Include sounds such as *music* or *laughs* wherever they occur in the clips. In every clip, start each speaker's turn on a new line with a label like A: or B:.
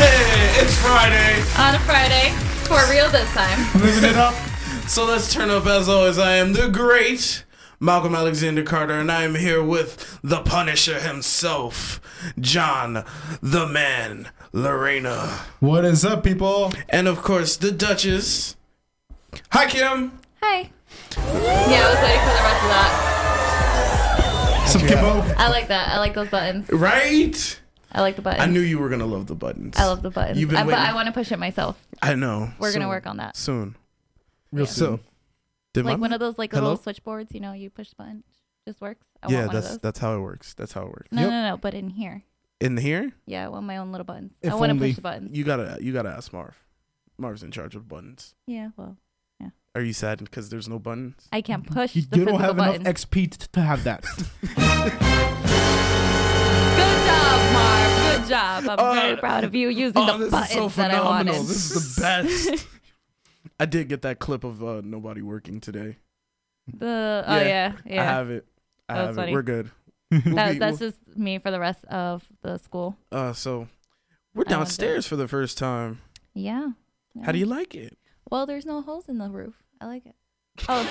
A: It's Friday.
B: On a Friday. For real this time.
A: Living it up. So let's turn up as always. I am the great Malcolm Alexander Carter, and I am here with the Punisher himself, John the Man, Lorena.
C: What is up, people?
A: And of course, the Duchess. Hi, Kim.
B: Hi. Yeah, I was waiting for the rest of that.
C: Some kibbo.
B: I like that. I like those buttons.
A: Right?
B: I like the buttons.
A: I knew you were going to love the buttons.
B: I love the buttons.
A: You've been
B: I, but
A: waiting-
B: I want to push it myself.
A: I know.
B: We're gonna
A: Soon.
B: work on that.
A: Soon.
C: Real
A: So, did
B: Like
A: my-
B: one of those like
A: Hello?
B: little switchboards, you know, you push the button, just works. I
A: yeah,
B: want one
A: that's
B: of those.
A: that's how it works. That's how it works.
B: No,
C: Yep.
B: no, no, but in here.
A: In here,
B: Yeah, I want my own little buttons.
C: If
B: I want to
C: only-
B: push the buttons.
A: you gotta you gotta ask Marv. Marv's in charge of buttons.
B: Yeah, well,
A: Are you sad because there's no buttons?
B: I can't push
C: You,
B: the
C: you don't
B: physical
C: have
B: button.
C: enough XP t- to have that.
B: Good job, Marv. Good job. I'm
A: Oh,
B: very proud of you using the buttons that I wanted.
A: This is
B: *laughs*
A: the best. I did get that clip of uh, nobody working today.
B: The oh
A: Yeah,
B: yeah,
A: I
B: yeah.
A: have it. I
B: That was
A: have it.
B: funny.
A: We're good.
B: That,
A: be-
B: that's just me for the rest of the school.
A: Uh, so we're
B: I want
A: downstairs for the first time.
B: Yeah.
A: How do
B: yeah.
A: you like it?
B: Well, there's no holes in the roof. I like it.
A: *laughs*
B: Oh,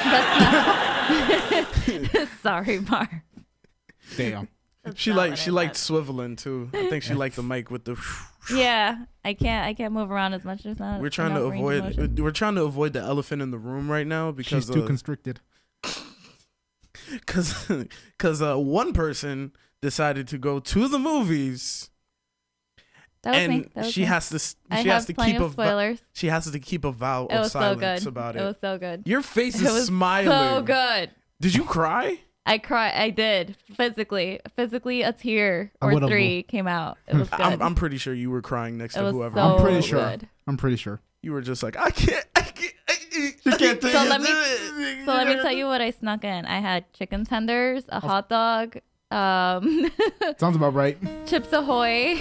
B: that's not. *laughs* Sorry, Mark.
C: Damn.
B: That's
A: She
B: not
A: like
B: what
A: she
B: I
A: liked swiveling too. I think she liked the mic with the. *laughs*
B: meant. *laughs* Yeah, I can't. I can't move around as much. There's not.
A: We're trying to
B: enough range of motion.
A: avoid. We're trying to avoid the elephant in the room right now because
C: She's too
A: uh,
C: constricted.
A: *laughs* because because uh, one person decided to go to the movies
B: That was me.
A: and
B: That was
A: she
B: me.
A: has to s-
B: I
A: she
B: have
A: has to
B: plenty
A: keep a
B: of
A: vo-
B: spoilers.
A: she has to keep a vow
B: It
A: of
B: was so
A: silence
B: good.
A: about it.
B: It was so good.
A: Your
B: *laughs*
A: face
B: It
A: is
B: was
A: smiling.
B: so good.
A: Did you cry?
B: I cry. I did physically. Physically, a tear
C: I
B: or
C: would've-
B: three came out.
A: *laughs*
B: It was good.
A: I- I'm, I'm pretty sure you were crying next
B: It
A: to
B: was
A: whoever.
B: so
C: I'm pretty sure.
B: good.
C: I'm pretty sure.
A: You were just like, I can't, I can't, I can't, I can't
B: So let me- So let me tell
A: *laughs*
B: you what I snuck in. I had chicken tenders, a hot dog, um, *laughs*
C: Sounds about right.
B: Chips Ahoy.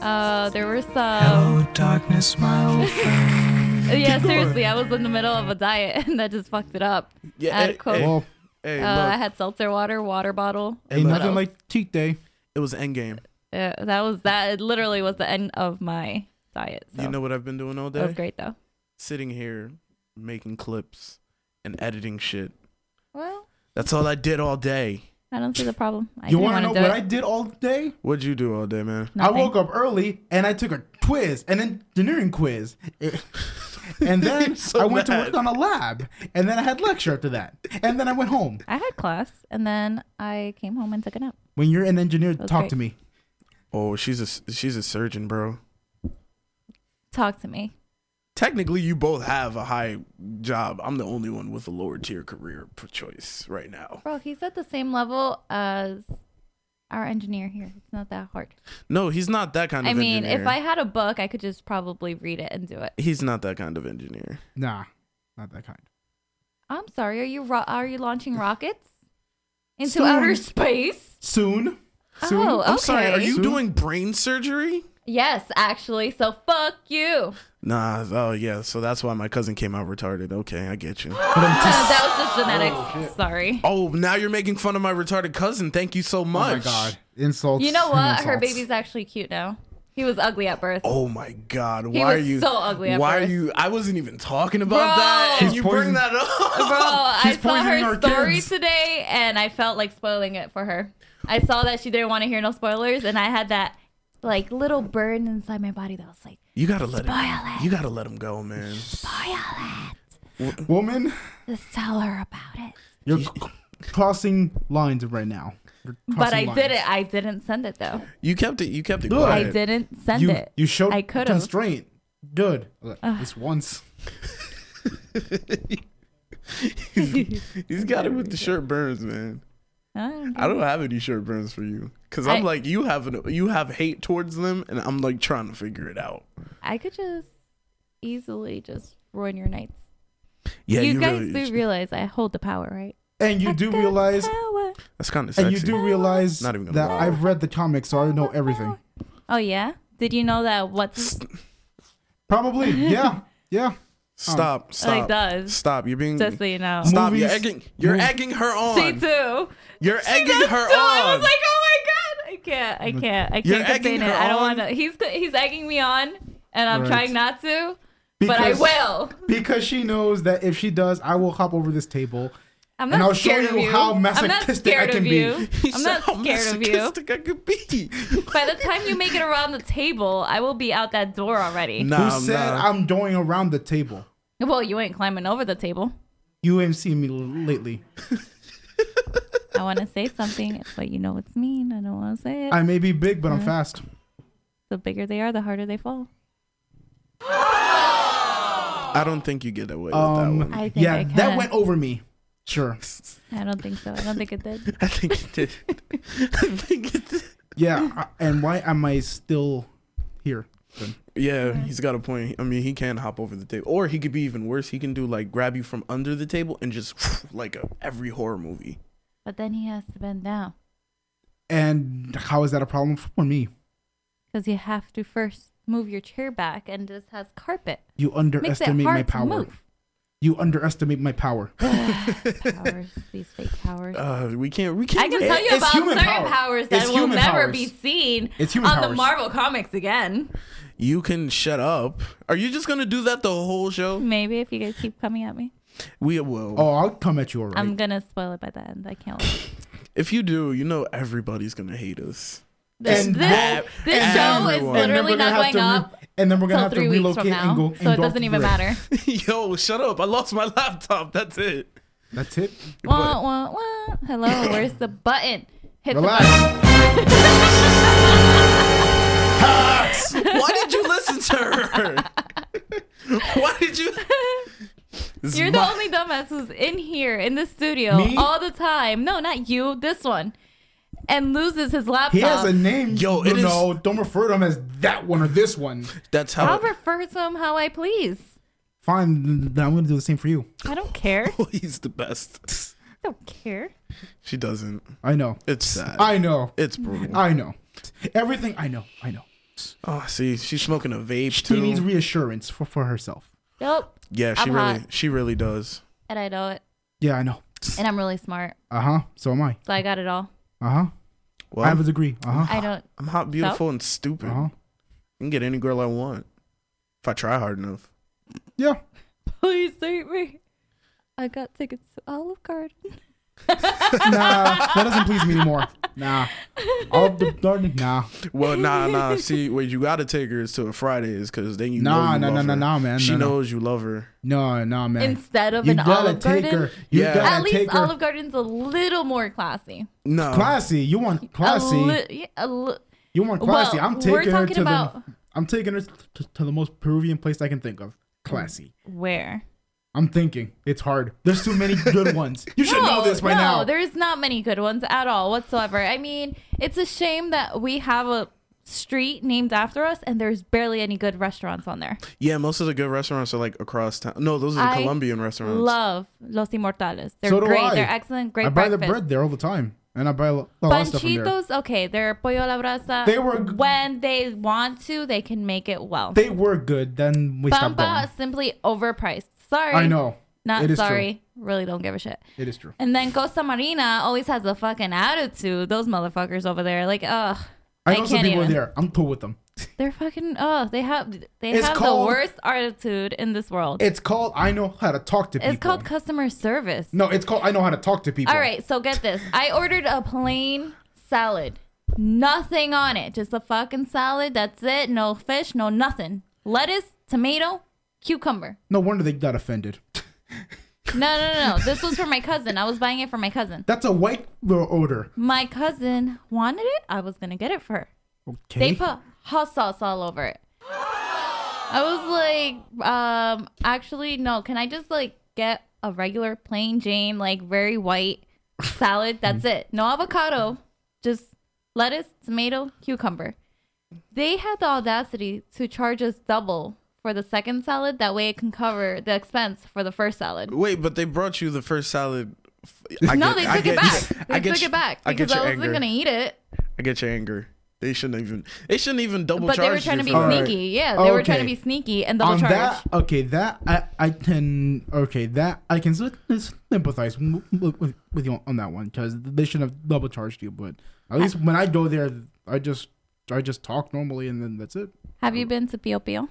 B: Uh, there were some.
D: darkness, my
B: *laughs*
D: old
B: yeah, seriously, I was in the middle of a diet *laughs* and that just fucked it up.
A: Yeah,
B: Add
A: hey,
B: Coke.
A: hey,
C: well,
A: hey,
B: uh, I
A: look,
B: had seltzer water, water bottle.
A: hey,
C: ain't
A: look,
C: nothing
B: else?
C: like cheat day.
A: it was Endgame.
B: Uh, that was that. It literally was the end of my diet. So
A: You know what I've been doing all
B: it was
A: day?
B: great though.
A: Sitting here making clips and editing shit.
B: Well,
A: That's all I did all day.
B: I don't see the problem. I
C: you
B: want
C: want
B: to
C: to know
B: do
C: what I
B: it.
C: did all day?
A: What'd you do all day, man?
B: Nothing.
C: I woke up early and I took a quiz, an
A: *laughs*
C: engineering quiz. And then
A: You're so
C: I went to
A: mad.
C: work on a lab. And then I had lecture after that. And then I went home.
B: I had class and then I came home and took a nap.
C: When you're an engineer,
B: That's
C: talk
B: great.
C: to me.
A: Oh, she's a she's a surgeon, bro.
B: Talk to me.
A: Technically, you both have a high job. I'm the only one with a lower tier career p- choice right now.
B: Bro, he's at the same level as our engineer here. It's not that hard.
A: No, he's not that kind of.
B: I mean,
A: engineer.
B: if I had a book, I could just probably read it and do it.
A: he's not that kind of engineer.
C: Nah, not that kind.
B: I'm sorry. Are you ro- are you launching rockets into
C: Soon.
B: outer space?
C: Soon. Soon.
B: Oh, okay.
A: I'm sorry. Are you
C: Sue?
A: doing brain surgery?
B: Yes, actually. So fuck you.
A: Nah. Oh yeah. So that's why my cousin came out retarded. Okay, I
B: *gasps*
A: get you.
C: But I'm just-
B: Uh, that was just genetics. sorry.
A: Oh, now you're making fun of my retarded cousin. Thank you so
C: Oh
A: much.
C: my god. Insults.
B: You know
C: and
B: what? Her
C: insults. *laughs*
B: baby's actually cute now. He was ugly at birth.
A: Oh my god. Why
B: He
A: are
B: was
A: you
B: so ugly at
A: Why are
B: first.
A: you? I wasn't even talking about
B: Bro.
A: that, and
C: He's
A: you bring
C: poisoned.
A: that up.
B: Bro, I
C: He's
B: saw
C: Oh, poisoning
B: her
C: our
B: story
C: kids.
B: today and I felt like spoiling it for her. I saw that she didn't want to hear no spoilers and I had that like little burn inside my body that was like,
A: You gotta let
B: Spoil
A: him. You gotta let him go, man.
B: spoil it.
C: Woman,
B: Just tell her about it.
C: you're c- crossing lines right now. You're
B: But
C: crossing
B: I
C: lines.
B: did it. I didn't send it though.
A: You kept it. You kept it
C: Look.
A: quiet.
B: I didn't send
C: You,
B: it.
C: you showed
B: I could have.
C: constraint. Good. This once.
A: He's got it with the shirt burns, man.
B: I
A: I don't have any shirt burns for you, cause I'm
B: I-
A: like you have an, you have hate towards them, and I'm like trying to figure it out.
B: *laughs* I could just easily just ruin your nights.
A: Yeah,
B: you,
A: you,
B: guys
A: really,
B: do realize I hold the power, right?
C: And you do realize,
B: Power.
A: that's kind of sexy.
C: and you do realize
A: Not even gonna
C: that
A: lie.
C: I've read the comics, so I know everything.
B: Oh yeah. Did you know that what's *laughs*
C: Probably. Yeah. Yeah.
A: Stop, stop,
B: Oh, does.
A: stop. You're being
B: just so you know?
A: stop. You're
C: Movies-
A: egging, you're
C: Movies-
A: egging her
B: She
A: on.
B: too.
A: You're egging
B: She
A: her
B: too. I
A: on.
B: was
A: *laughs*
B: like, oh my god, I can't, I can't, I
A: You're
B: can't contain
A: egging
B: it.
A: her
B: I don't
A: on?
B: want to. He's he's egging me on, and I'm
C: Right.
B: trying not to, but I
C: Because-
B: will.
C: Because she knows that if she does, I will hop over this table.
B: I'm not
C: And I'll show
B: scared
C: you
B: of you.
C: how
B: I'm not
C: masochistic
B: scared
C: I can
B: of
C: be. *laughs*
B: you.
A: He's
B: I'm not
A: how
B: scared of you.
A: masochistic I
B: *laughs*
A: could be.
B: By the time you make it around the table, I will be out that door already.
A: Nah,
C: Who
A: I'm
C: said
A: not.
C: I'm going around the table?
B: Well, you ain't climbing over the table.
C: You ain't seen me l- lately.
B: I want to say something, but you know it's mean. I don't want to say it.
C: *laughs* I may be big, but I'm fast.
B: the bigger they are, the harder they fall.
A: I don't think you get away
C: Um,
A: with that one.
B: I think
C: yeah,
B: I
C: that
B: can.
C: went over me.
B: *laughs*
C: Sure.
B: I don't think so. I don't think it did.
A: I think it did. *laughs* I think it did.
C: Yeah, I- and why am I still here? then?
A: Yeah, he's got a point. I mean, he can hop over the table, or he could be even worse. He can do like grab you from under the table and just *laughs* like a, every horror movie.
B: But then he has to bend down
C: And how is that a problem for me?
B: because you have to first move your chair back, and this has carpet. Makes
C: You
B: it hard
C: underestimate my
B: to
C: power.
B: move.
C: You underestimate my power.
B: Powers, these fake powers.
A: Uh, we can't. We
B: I
A: can't.
B: can
A: let-
B: tell you
C: it's
B: about
C: human
B: certain
C: power.
B: powers that
C: It's
B: will
C: human
B: never
C: powers.
B: be seen
C: It's human
B: on the
C: powers.
B: Marvel comics again.
A: you can shut up. Are you just gonna do that the whole show?
B: Maybe if you guys keep coming at me,
A: We will.
C: Oh, I'll come at you, all
B: *laughs*
C: right.
B: I'm gonna spoil it by the end. I can't. Wait.
A: If you do, you know everybody's gonna hate us.
B: *laughs* This,
C: And
B: this,
A: that-
B: this
A: and
B: show is
A: everyone.
C: And then
B: literally
C: we're gonna
B: not going
C: have to re-
B: up
C: And then we're
B: until
C: gonna have to
B: three weeks
C: relocate
B: from now,
C: and go.
B: so
C: and
B: it
C: go
B: doesn't even
C: through *laughs*
B: matter.
A: *laughs* Yo, shut up! I lost my laptop. That's it.
C: That's it.
B: wah, wah, wah. Hello, where's the button? Hit
C: Relax.
A: Why did you listen to her? *laughs* Why did you?
B: the button. You're the only dumbass who's in here in the studio
C: Me?
B: all the time. No, not you. This one, and loses his laptop.
C: He has a name.
A: Yo,
C: no,
A: it is-
C: no, don't refer to him as that one or this one.
A: That's how.
B: I'll refer to him how I please.
C: Fine, then I'm gonna do the same for you.
B: I don't care. I
A: Oh, *laughs* he's the best.
B: don't care.
A: She doesn't.
C: I know.
A: It's sad.
C: I know.
A: it's brutal.
C: I know. Everything I know. I know.
A: oh, see, she's smoking a vape
C: She needs
A: too.
C: reassurance for, for herself.
B: Nope.
A: Yeah, she
B: I'm
A: really,
B: hot.
A: she really does.
B: And I know it.
C: Yeah, I know.
B: And I'm really smart,
C: Uh huh. So am I.
B: so I got it all.
C: Uh huh.
A: Well,
C: I have a
A: I'm,
C: degree. Uh huh.
B: I
C: *laughs*
B: don't.
A: I'm hot, beautiful, and stupid.
C: Uh
B: Uh-huh.
C: huh.
A: I can get any girl I want if I try hard enough.
C: Yeah.
B: Please date me. I got tickets to Olive Garden.
C: Nah, that doesn't please me anymore.
B: *laughs*
C: Nah. All the garden. Nah.
A: Well, nah, nah. See, what you gotta take her is to a Fridays, cause then you know
C: Nah,
A: you
C: nah,
A: love
C: nah, nah,
A: her.
C: nah, man.
A: She
C: Nah, nah.
A: knows you love her.
C: No, no, man.
B: Instead of
C: you
B: an
C: gotta
B: Olive
C: take
B: Garden.
C: her. You
A: Yeah.
C: gotta
B: At
C: take
B: least
C: her.
B: Olive Garden's a little more classy.
A: No,
C: classy. You want classy.
B: A li- yeah, a li-
C: you want
B: Well,
C: classy. I'm
B: we're
C: taking her
B: talking
C: to
B: about-
C: the. I'm taking her to, to the most Peruvian place I can think of. Classy.
B: where?
C: I'm thinking. It's hard. There's too
B: *laughs*
C: many good ones. You should know this by
B: no,
C: now.
B: there's not many good ones at all whatsoever. I mean, it's a shame that we have a street named after us and there's barely any good restaurants on there.
A: yeah, most of the good restaurants are like across town. No, those are the
B: I
A: Colombian restaurants.
B: Love Los Immortales. They're
C: So do
B: great.
C: I.
B: They're excellent. Great
C: I buy
B: breakfast.
C: the bread there all the time, and I buy a lot a lot of stuff from there.
B: Panchitos, okay, they're pollo a la brasa.
C: They were-
B: when they want to, they can make it well.
C: They were good. Then we stopped
B: Bamba
C: going.
B: is simply overpriced. Sorry,
C: I know.
B: not
C: It is
B: sorry. Really don't give a shit.
C: True. It is true.
B: And then Costa Marina always has a fucking attitude. Those motherfuckers over there, like, ugh,
C: I know
B: I
C: some
B: can't
C: people
B: even.
C: there. I'm cool with them.
B: they're fucking, ugh, they have they
C: It's
B: have the
C: called-
B: worst attitude in this world.
C: It's called I know how to talk to people.
B: it's called customer service.
C: no. It's called I know how to talk to people.
B: All right, so get this. I ordered a plain salad. Nothing on it. Just a fucking salad. That's it. No fish, no nothing. Lettuce, tomato, cucumber.
C: No wonder they got offended. *laughs*
B: No, no, no, no. This was for my cousin. I was buying it for my
C: *laughs*
B: cousin.
C: That's a white order.
B: My cousin wanted it. I was going to get it for her.
C: Okay.
B: They
A: Mm-hmm.
B: put hot sauce all over it. I was like, um, actually, no. Can I just like get a regular plain Jane, like very white
A: *laughs*
B: salad? That's it. No avocado, just lettuce, tomato, cucumber. They had the audacity to charge us double for the second salad. That way, it can cover the expense for the first salad.
A: Wait, but they brought you the first salad. I
B: no,
A: get-
B: they
A: I
B: took
A: get-
B: it back. They
A: *laughs* I get
B: took
A: your-
B: it back
A: I get
B: because I,
A: your
B: wasn't
A: anger.
B: gonna eat it.
A: I get your anger. They shouldn't even. They shouldn't even double
B: But
A: charge
B: they were trying to
A: you
B: be
A: for that.
C: Alright.
B: sneaky. Yeah, they were trying to
C: Okay.
B: be sneaky and double
C: on
B: charge.
C: that okay that I, I can okay that i can sym- sympathize w- w- with, with you on that one because they shouldn't have double charged you but at least when i go there i just i just talk normally and then that's it
A: Um,
B: Have you been to Pio Pio?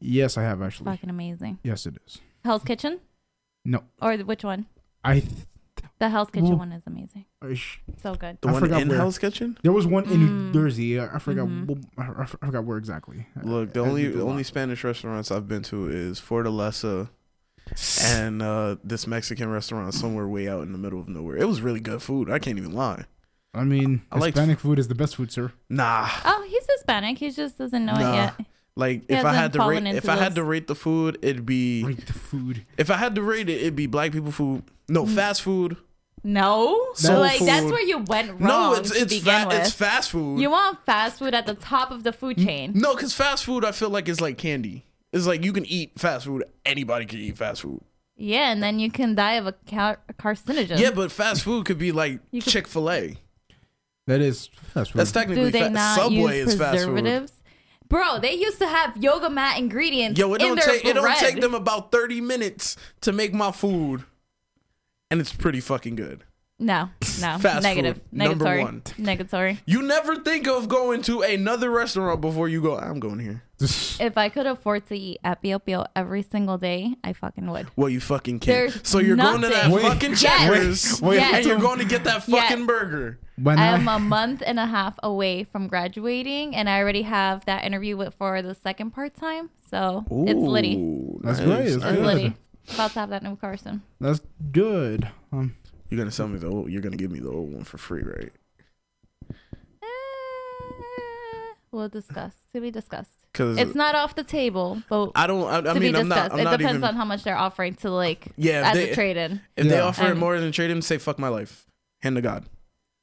C: Yes, I have actually.
B: Fucking amazing.
C: Yes, it is.
B: Hell's Kitchen
C: No,
B: or the- which one?
C: I. Th-
B: The Hell's Kitchen
C: Well-
B: one is amazing.
C: I sh-
B: So good.
A: The
C: I
A: one
C: forgot
A: in
C: where.
A: Hell's Kitchen.
C: there was one in
B: Mm.
C: New Jersey. I I forgot.
B: Mhm.
C: wh- I, I forgot where exactly.
A: Look, the
C: I- I
A: only
C: did a
A: the only
C: lot.
A: Spanish restaurants I've been to is Fortaleza and uh, this Mexican restaurant somewhere way out in the middle of nowhere. It was really good food. I can't even lie.
C: *sniffs* I mean,
A: I liked-
C: Hispanic food is the best food, sir.
A: Nah,
B: Oh, he's Hispanic. He just doesn't know
A: Nah.
B: it yet.
A: like
B: He
A: if I
B: hasn't
A: had to
B: fallen
A: rate, if
B: into
A: I had
B: those.
A: to rate the food, it'd be
C: Rate the food.
A: if I had to rate it, it'd be black people food. No
B: Mm.
A: fast food.
B: No.
A: Soul
B: like that's
A: food.
B: where you went wrong.
A: No, it's
B: to
A: it's
B: begin
A: fa-
B: with.
A: it's fast food.
B: you want fast food at the top of the food chain.
A: No, because fast food, I feel like it's like candy. It's like you can eat fast food. Anybody can eat fast food.
B: Yeah, and then you can die of a car- carcinogen.
A: Yeah, but fast food could be like
B: You could-
A: Chick Fil A.
C: That is fast food.
A: That's
B: Do
A: technically
B: they
A: fast.
B: not
A: Subway
B: use
A: is fast food.
B: preservatives? Bro, they used to have yoga mat ingredients
A: Yo, it
B: in
A: don't
B: their
A: take it don't
B: bread.
A: take them about thirty minutes to make my food, and it's pretty fucking good.
B: No, no.
A: Fast
B: Negative.
A: food, number
B: Negatory.
A: one.
B: Negatory.
A: You never think of going to another restaurant before you go. I'm going here.
C: *laughs*
B: If I could afford to eat Epio every single day, I fucking would.
A: Well, you fucking can't.
B: There's
A: so you're going to that
B: nothing.
A: fucking
B: Yes.
A: Checkers,
C: Wait,
B: wait.
A: and you're going to get that
B: Yes.
A: fucking burger.
C: when
B: I
A: *laughs*
C: I,
B: am a month and a half away from graduating, and I already have that interview with for the second part time. So it's Liddy.
A: Ooh,
C: That's
A: nice.
C: great, that's
A: Nice.
B: It's
C: Good.
B: Liddy. About to have that new Carson.
C: that's good. Um,
A: You're gonna sell me the old. You're gonna give me the old one for free, right?
B: Eh, we'll discuss. To be discussed.
A: Because
B: It's not off the table, but
A: I don't. I, I
B: to
A: mean,
B: be
A: I'm
B: discussed.
A: not. I'm
B: it
A: not
B: depends
A: even.
B: on how much they're offering to like
A: *laughs* Yeah, if
B: as
A: they-
B: a trade in.
A: if they
C: Yeah.
A: offer it
B: Um,
A: more than trade him, say fuck my life. Hand to God.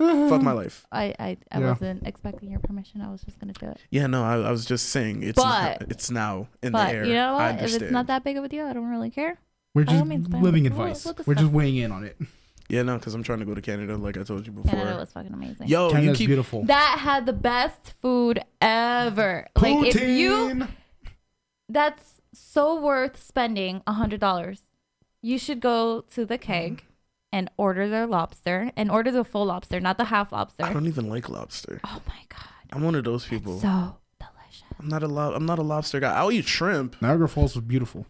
A: fuck my life.
B: I I, I
C: Yeah.
B: wasn't expecting your permission. I was just gonna do it.
A: Yeah, no, I, I was just saying it's
B: But-
A: not- it's now in
B: But
A: the air.
B: you know
A: I
B: what? If
A: understand.
B: it's not that big of a deal, I don't really care.
C: we're
B: By all
C: just
B: means, by all
C: living
B: means. We'll-
C: advice.
B: we'll
C: we're just
B: discuss.
C: weighing in on it.
A: yeah, no, because I'm trying to go to Canada, like I told you before.
B: Canada was fucking amazing.
A: Yo,
C: Canada's
A: Oh, you keep.
C: beautiful.
B: That had the best food ever. Like if you
C: Poutine!
B: that's so worth spending a hundred dollars. You should go to the
C: Mm-hmm.
B: keg and order their lobster and order the full lobster, not the half
A: I
B: lobster.
A: don't even like lobster.
B: Oh my god.
A: I'm one of those people.
B: So delicious.
A: I'm not a lo- I'm not a lobster guy. I'll eat shrimp.
C: Niagara Falls was beautiful.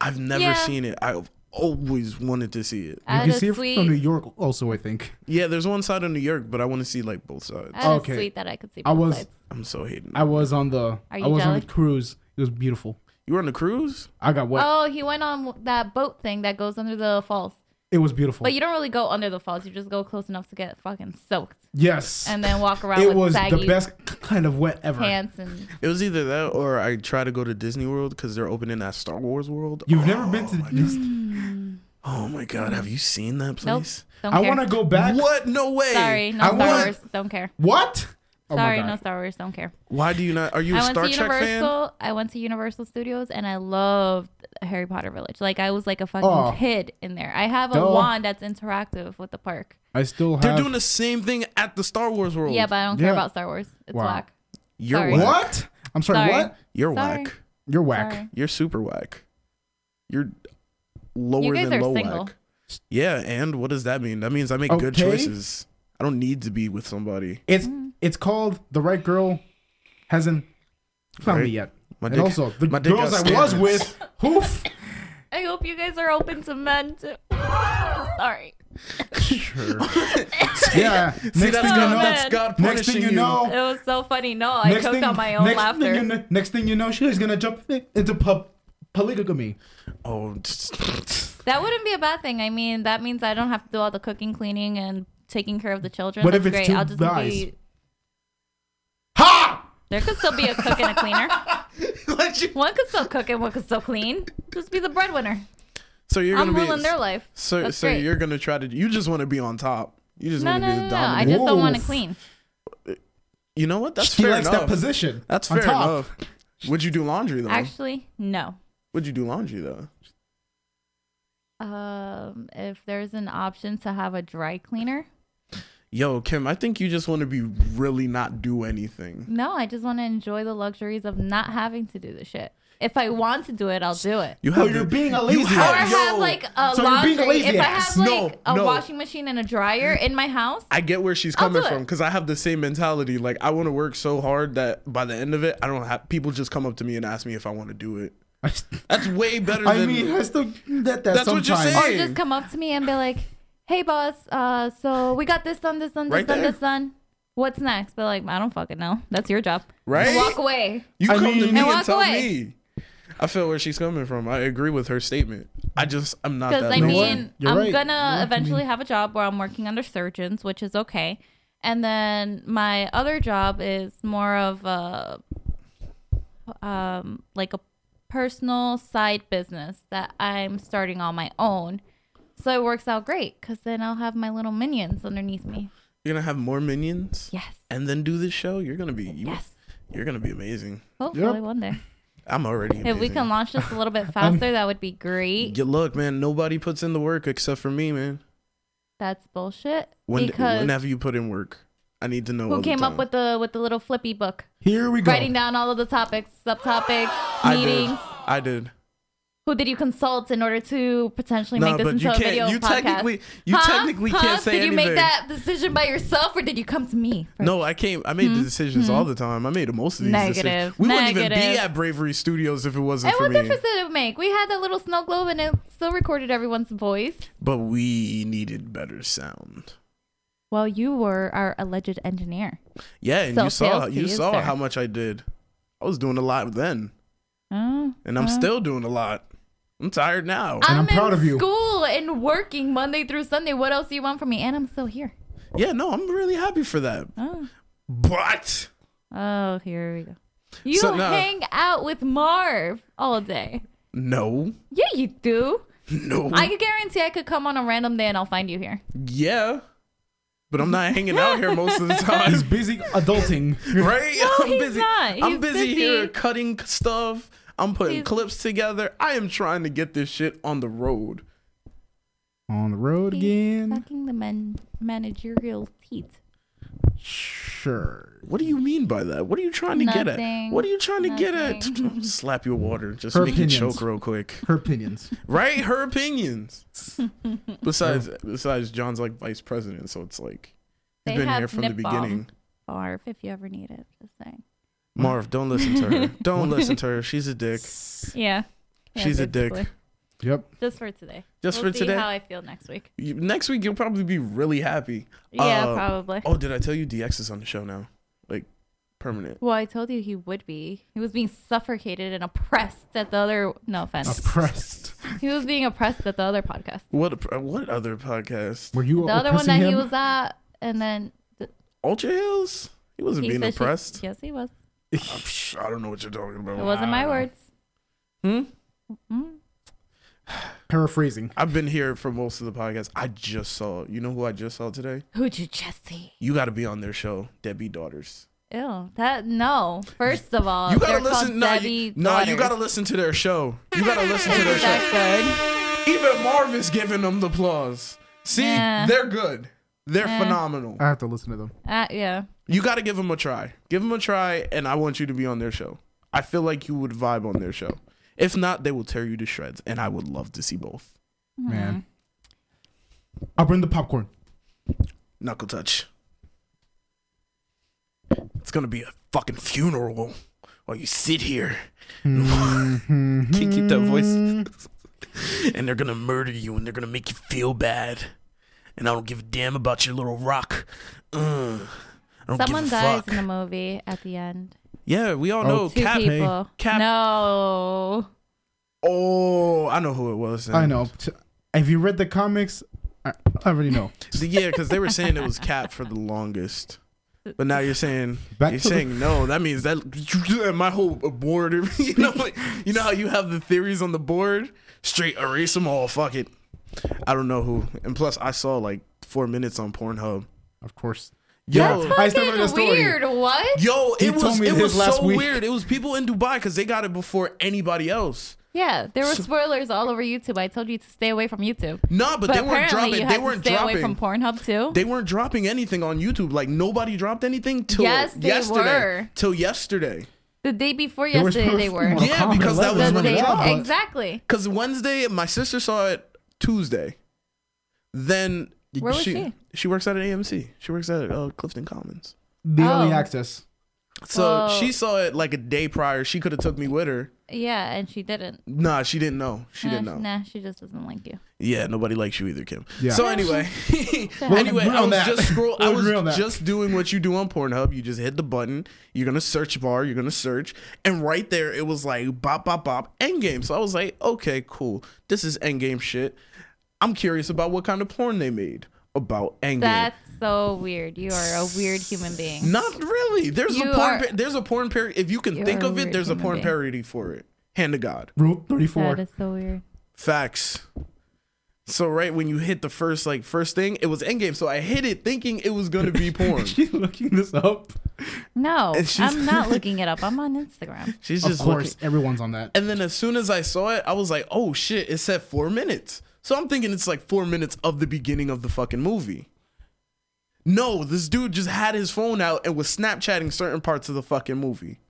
A: I've never
B: Yeah.
A: seen it. I've always wanted to see it.
C: You
B: At
C: can
B: a
C: see it
B: sweet,
C: from New York, also. I think
A: Yeah, there's one side of New York, but I want to see like both sides.
B: at
C: Okay.
B: a sweet that I could see.
C: I
B: both
C: was-
B: sides.
A: I'm so hating.
C: I was on the.
B: Are
C: I
B: you
C: was on the
B: jealous?
C: cruise. It was beautiful.
A: you were on a cruise?
C: I got wet.
B: Oh, he went on that boat thing that goes under the falls.
C: it was beautiful.
B: But you don't really go under the falls. You just go close enough to get fucking soaked
C: yes,
B: and then walk around
C: it
B: with
C: was
B: saggy
C: the best kind of wet ever.
B: pants and
A: It was either that or I try to go to Disney World because they're opening that Star Wars World.
C: You've
A: oh,
C: never been to
A: my-
C: Disney.
A: Oh my god, have you seen that
B: Mm. nope.
A: place?
B: Don't
C: I
B: care.
C: want to go back.
A: What? No way.
B: Sorry, no
C: I
B: Star
C: wanna-
B: Wars. Don't care.
C: What? Oh my
B: Sorry,
C: God.
B: no Star Wars. Don't care.
A: Why do you not? Are you a
B: I went
A: Star
B: to
A: Trek fan?
B: Universal. I went to Universal Studios and I loved Harry Potter Village. Like I was like a fucking
C: Aw.
B: kid in there. I have a
C: Oh. Duh.
B: wand that's interactive with the park.
C: I still have.
A: They're doing the same thing at the Star Wars World.
B: Yeah, but I don't care
C: Yeah.
B: about Star Wars. It's
C: Wow.
B: whack.
A: you're
B: sorry.
A: whack.
C: what? I'm sorry.
B: Sorry.
C: What?
A: You're
B: Sorry.
A: whack.
C: You're whack.
B: Sorry.
A: You're super whack. You're lower
B: You guys
A: than
B: are
A: low
B: single.
A: whack. Yeah, and what does that mean? That means I make good
C: Okay.
A: choices. I don't need to be with somebody.
C: It's
B: Hmm.
C: it's called the right girl hasn't found
A: Right.
C: me yet.
A: My
C: and
A: dick-
C: also the
A: my dick
C: girls I
A: got
C: was
A: standards.
C: with, hoof.
B: I hope you guys are open to men too. Sorry.
C: *laughs* Sure.
B: *laughs*
C: yeah. Next
A: See,
C: thing you
A: that's God,
C: know,
A: that's God
C: next
A: punishing
C: thing you know,
B: It was so funny. No, I
C: Oh. next
B: choked
C: thing,
B: on my own
C: next
B: laughter.
C: Thing you know, next thing you know, she's gonna jump into pub polygamy.
A: Oh, *laughs*
B: That wouldn't be a bad thing. I mean, that means I don't have to do all the cooking, cleaning, and taking care of the children.
C: What
B: That's
C: if
B: great.
C: it's two
B: I'll just
C: guys?
B: be.
A: *laughs*
C: Ha!
B: There could still be a cook and a cleaner.
A: let you.
B: One could still cook and one could still clean. Just be the breadwinner.
A: So you're
B: I'm
A: gonna
B: ruling
A: be
B: their life.
A: so
B: That's
A: so
B: great.
A: you're gonna try to. You just want to be on top. You just
B: No,
A: want
B: no,
A: to
B: no,
A: be
B: no,
A: the
B: no.
A: dominant.
B: I just don't
C: Ooh.
B: want to clean.
A: You know what? That's
C: she
A: fair
C: likes
A: enough.
C: that position.
A: That's
C: on
A: fair
C: top. *laughs*
A: enough. Would you do laundry though?
B: Actually, no.
A: Would you do laundry though?
B: Um, if there's an option to have a dry cleaner,
A: Yo, Kim, I think you just want to be really not do anything.
B: no. I just want to enjoy the luxuries of not having to do the shit. If I want to do it, I'll do it.
A: You
C: Well, you're being a lazy
A: you
B: Or
C: ass.
A: yo,
B: have like a
C: so you're
B: laundry.
C: being a lazy
B: if I
C: ass.
B: have like
A: No,
B: a
A: no.
B: washing machine and a dryer in my house,
A: I get where she's
B: I'll
A: coming
B: do it.
A: from because I have the same mentality. Like I want to work so hard that by the end of it, I don't have people just come up to me and ask me if I want to do it.
C: I, st-
A: That's way better
C: I
A: than.
C: mean, I still get that
A: That's what
C: sometimes.
A: you're
B: Or
A: saying.
B: just come up to me and be like, "Hey, boss. Uh, so we got this done, this done, this
A: Right
B: done,
A: there.
B: this done. What's next?" But like, I don't fucking know. That's your job.
A: right?
B: Walk away.
A: You
C: I
A: come to
C: mean-
A: me
B: And
A: and,
B: walk
A: tell
B: away.
A: me. I feel where she's coming from. I agree with her statement. I just I'm not
B: Because
A: that.
B: I
C: You know
A: person.
C: what?
B: mean,
C: You're
B: I'm
C: right.
B: gonna
C: You're right.
B: eventually have a job where I'm working under surgeons, which is okay. And then my other job is more of a, um, like a personal side business that I'm starting on my own. So it works out great because then I'll have my little minions underneath me.
A: you're gonna have more minions,
B: Yes,
A: and then do this show. You're gonna be you,
B: yes.
A: You're gonna be amazing.
B: Hopefully
A: *laughs*
C: Yep.
B: one day.
A: I'm already. Amazing.
B: If we can launch this a little bit faster, that would be great.
A: Good luck, man. Nobody puts in the work except for me, man.
B: That's bullshit.
A: When
B: because
A: whenever you put in work, I need to know
B: who
A: all the
B: came
A: time.
B: up with the with the little flippy book?
C: Here we go.
B: Writing down all of the topics, subtopics,
A: I
B: meetings.
A: did. I did.
B: Who did you consult in order to potentially
A: No,
B: make this
A: but
B: into
A: you
B: a video
A: can't. You
B: podcast?
A: technically, you
B: Huh?
A: technically
B: Huh?
A: can't say
B: Did you
A: anything.
B: make that decision by yourself, or did you come to me? first?
A: No, I came. I made the decisions all the time. I made the most of these decisions.
B: Hmm? Negative.
A: We wouldn't even be
B: Negative.
A: at Bravery Studios if it wasn't
B: And
A: for
B: what
A: me.
B: difference did it make? We had that little snow globe, and it still recorded everyone's voice.
A: but we needed better sound.
B: Well, you were our alleged engineer.
A: Yeah, and
B: So
A: you saw
B: sales to
A: you
B: you,
A: saw
B: sir.
A: how much I did. I was doing a lot then,
B: Oh,
A: and I'm
B: oh.
A: still doing a lot. I'm tired now.
C: And
B: I'm,
C: I'm proud
B: in
C: of you.
B: School and working Monday through Sunday. What else do you want from me? And I'm still here.
A: yeah, no, I'm really happy for that.
B: Oh,
A: But
B: oh here we go. You
A: So, no.
B: hang out with Marv all day.
A: no,
B: Yeah, you do.
A: no,
B: I could guarantee I could come on a random day and I'll find you here.
A: yeah. But I'm not hanging out here most of
B: *laughs*
A: the time,
C: He's busy adulting.
A: right? I'm
B: he's
A: busy.
B: not. He's
A: I'm busy, here
B: busy.
A: cutting stuff. I'm putting
B: He's-
A: clips together. I am trying to get this shit on the road.
C: On the road again.
B: Sucking the man- managerial teeth.
C: Sure.
A: What do you mean by that? What are you trying to get at?
B: Nothing.
A: What are you trying to *laughs* get at? Slap your water. Just
C: Her
A: make you
C: opinions.
A: choke real quick.
C: Her opinions.
A: Right?
B: *laughs*
A: Her opinions. besides besides John's like vice president, so it's like he's
B: They
A: been here
B: have
A: from the
B: nip
A: beginning.
B: Barf, if you ever need it. Just saying.
A: Marv, don't listen to
B: *laughs*
A: her. Don't listen to her. She's a dick.
B: Yeah. *laughs* Yeah,
A: She's a dick.
B: basically.
C: Yep.
B: Just for today.
A: Just
B: We'll
A: for
B: see
A: today.
B: how I feel next week.
A: You- Next week you'll probably be really happy.
B: Yeah,
A: Uh,
B: probably.
A: Oh, did I tell you DX is on the show now? Like permanent.
B: Well, I told you he would be. He was being suffocated and oppressed at the other. No offense.
C: Oppressed.
B: he was being oppressed at the other podcast.
A: What what other podcast?
C: Were you
B: The other one that
C: oppressing
B: he
C: him?
B: was at, and then th-
A: Ultra Hills? He wasn't
B: he
A: being
B: said she-
A: oppressed.
B: yes, he was.
C: *laughs*
A: Uh, psh, I don't know what you're talking about.
B: It wasn't
A: I
B: my
A: don't know.
B: words.
A: Hmm?
B: Mm.
C: Paraphrasing.
A: I've been here for most of the podcast. I just saw. You know who I just saw today?
B: Who'd you just see?
A: You got to be on their show, Debbie Daughters.
B: Ew, that no. First of all,
A: you got
B: Oh, they're
A: to
B: called
A: listen. No,
B: Debbie
A: you, no, you
B: Daughters.
A: got to listen to their show. You got to listen to their
B: Is
A: show.
B: that
A: Even Marv is giving them the applause. See,
B: Yeah.
A: they're good. They're
B: Yeah.
A: phenomenal.
C: I have to listen to them.
B: good? Uh, yeah,
A: You got to give them a try. Give them a try, and I want you to be on their show. I feel like you would vibe on their show. If not, they will tear you to shreds, and I would love to see both.
B: Mm-hmm.
C: Man. I'll bring the popcorn.
A: Knuckle touch. It's gonna be a fucking funeral while you sit here. *laughs* Can't keep that voice. *laughs* and they're gonna murder you and they're gonna make you feel bad. And I don't give a damn about your little rock. Ugh. I don't
B: someone
A: give a
B: dies
A: fuck.
B: in the movie at the end.
A: yeah, we all know
C: Oh,
B: Two
A: Cap.
B: people.
A: Cap.
B: No.
A: Oh, I know who it was. then.
C: I know. T- Have you read the comics? I, I already know.
A: The- Yeah, because they were saying it was Cap for the longest. But now you're saying
C: Back
A: you're
C: to the-
A: saying no. That means that my whole board. *laughs* You know, like, you know how you have the theories on the board. Straight erase them all. Fuck it. I don't know who. And plus, I saw like four minutes on Pornhub.
C: Of course.
A: Yo,
C: I still
B: Fucking
C: remember the story.
B: Weird. What?
A: yo,
C: He
A: it
C: told
A: was
C: me
A: it
C: this
A: was
C: last
A: so
C: week.
A: weird. It was people in Dubai because they got it before anybody else.
B: Yeah, there were spoilers all over YouTube. I told you to stay away from YouTube.
A: No, but,
B: But
A: they
B: apparently
A: weren't
B: you
A: dropping.
B: had
A: They weren't
B: to stay away from
A: dropping.
B: Pornhub too.
A: they weren't dropping anything on YouTube. Like nobody dropped anything till
B: Yes, they
A: yesterday.
B: were.
A: Till yesterday.
B: the day before
C: They were
B: yesterday, they
C: supposed-
B: were.
C: Mortal
A: Yeah,
C: Kombat
A: because that was
C: 11
B: The
A: when
C: when
A: it
B: day-
C: it dropped.
B: exactly.
A: Because Wednesday, my sister saw it Tuesday. Then
B: Where was
A: she,
B: she?
A: works out at AMC. She works out at uh, Clifton Commons.
C: The only
B: Oh.
C: access.
A: So
B: Whoa.
A: she saw it like a day prior. She could have took me with her.
B: Yeah, and she didn't.
A: Nah, she didn't know. She
B: nah,
A: didn't know.
B: Nah, she just doesn't like you.
A: Yeah, nobody likes you either, Kim.
C: Yeah.
B: *laughs*
A: So anyway, anyway,
C: agree
A: I was
C: on that.
A: just scroll. I
C: We'll
A: was
C: agree on that.
A: just doing what you do on Pornhub. You just hit the button. You're gonna search bar. You're gonna search, and right there it was like bop bop bop Endgame. So I was like, okay, cool. This is Endgame shit. I'm curious about what kind of porn they made about Endgame.
B: That's so weird. You are a weird human being.
A: Not really. There's
B: You
A: a porn.
B: are-
A: pa- there's a porn parody. If you can
B: You
A: think
B: are a
A: of it,
B: weird
A: there's a
B: human
A: porn
B: being.
A: parody for it. Hand to God.
C: Rule 34.
B: That is so weird.
A: Facts. So right when you hit the first like first thing, it was Endgame. So I hit it thinking it was gonna be porn.
C: *laughs* She's looking this up.
B: No,
A: And she's-
B: I'm
A: *laughs*
B: not looking it up. I'm on Instagram.
A: She's
C: Of
A: just
C: course,
A: looking.
C: everyone's on that.
A: And then as soon as I saw it, I was like, oh shit, it said four minutes. So I'm thinking it's like four minutes of the beginning of the fucking movie. No, this dude just had his phone out and was Snapchatting certain parts of the fucking movie.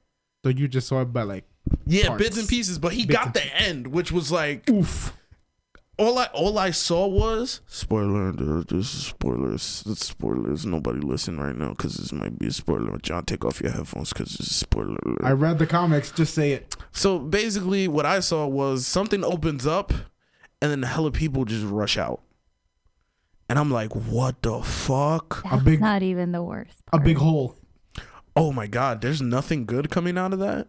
C: So you just saw it by like,
A: Yeah,
C: Parts.
A: bits and pieces, but he
C: Bits
A: got
C: and
A: the end, which was like
C: oof.
A: all I all I saw was spoiler. alert, This is spoilers. This is spoilers. Nobody listen right now because this might be a spoiler. John, take off your headphones because this is spoiler. alert.
C: I read the comics. Just say it.
A: so basically, what I saw was something opens up, and then a hell of people just rush out, and I'm like, what the fuck?
C: A big,
B: Not even the worst.
C: a
B: part.
C: big hole.
A: Oh my god, there's nothing good coming out of that.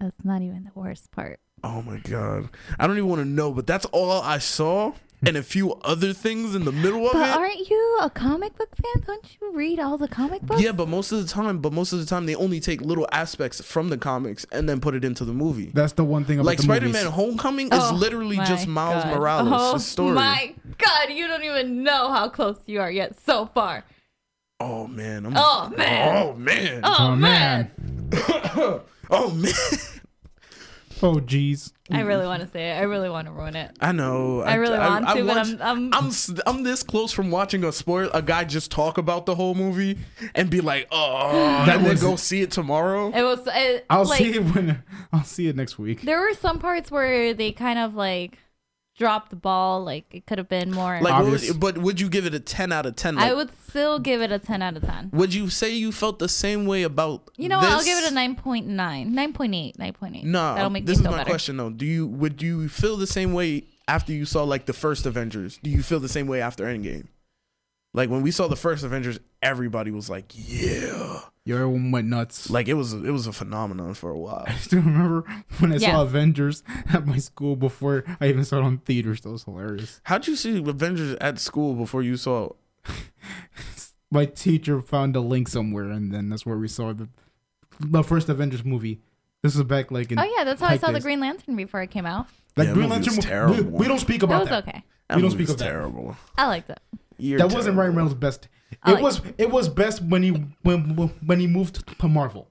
B: That's not even the worst part.
A: Oh my god, I don't even want to know. But that's all I saw, and a few other things in the middle of
B: But
A: it.
B: aren't you a comic book fan? Don't you read all the comic books?
A: Yeah, but most of the time, but most of the time they only take little aspects from the comics and then put it into the movie.
C: That's the one thing about
A: like
C: the
A: Spider
C: movies.
A: Man Homecoming
B: Oh,
A: is literally
B: my
A: just Miles
B: God.
A: Morales'
B: Oh
A: story.
B: my god, you don't even know how close you are yet so far.
A: Oh man. I'm,
B: Oh, man.
A: Oh man.
B: Oh,
C: Oh,
B: man.
C: man.
A: Oh, man. *laughs*
C: Oh, jeez.
B: I really want to say it. I really want to ruin it.
A: I know.
B: I really want to, but
A: watch-
B: I'm, I'm,
A: I'm s- I'm this close from watching a spoil a guy just talk about the whole movie and be like, oh,
C: That
A: and then
C: was-
A: go see it tomorrow.
B: it was it,
C: I'll
B: like,
C: see it when *laughs* I'll see it next week.
B: There were some parts where they kind of like dropped the ball. Like it could have been more.
A: Like, what
C: Obvious.
A: would, but would you give it a ten out of ten? Like,
B: I would still give it a 10 out of 10.
A: Would you say you felt the same way about?
B: You know,
A: this?
B: what? I'll give it a 9.9, 9.8, 9.8.
A: No,
B: that'll make
A: this
B: me
A: is
B: feel
A: my
B: better.
A: question though. Do you would you feel the same way after you saw like the first Avengers? Do you feel the same way after Endgame? Like when we saw the first Avengers, everybody was like, "Yeah!"
C: Yo, everyone went nuts. *laughs*
A: Like it was it was a phenomenon for a while.
C: I still remember when I
B: Yeah.
C: saw Avengers at my school before I even saw it on theaters. That was hilarious.
A: How'd you see Avengers at school before you saw?
C: My teacher found a link somewhere, and then that's where we saw the, the first Avengers movie. This was back like in
B: Oh yeah, that's how I
C: Like
B: saw the
C: this.
B: Green Lantern before it came out.
C: like
A: Yeah,
C: Green
A: that movie was
C: Lantern. mo- we-
A: terrible.
C: We, don't speak
B: That
C: about
B: was
C: that.
B: okay.
A: That
C: We don't
A: movie
C: speak
A: was
C: of that.
A: terrible.
B: I liked it.
A: You're
C: That wasn't
A: terrible.
C: Ryan Reynolds' best.
B: I
C: It
B: like
C: was. It was best when he when when he moved to Marvel.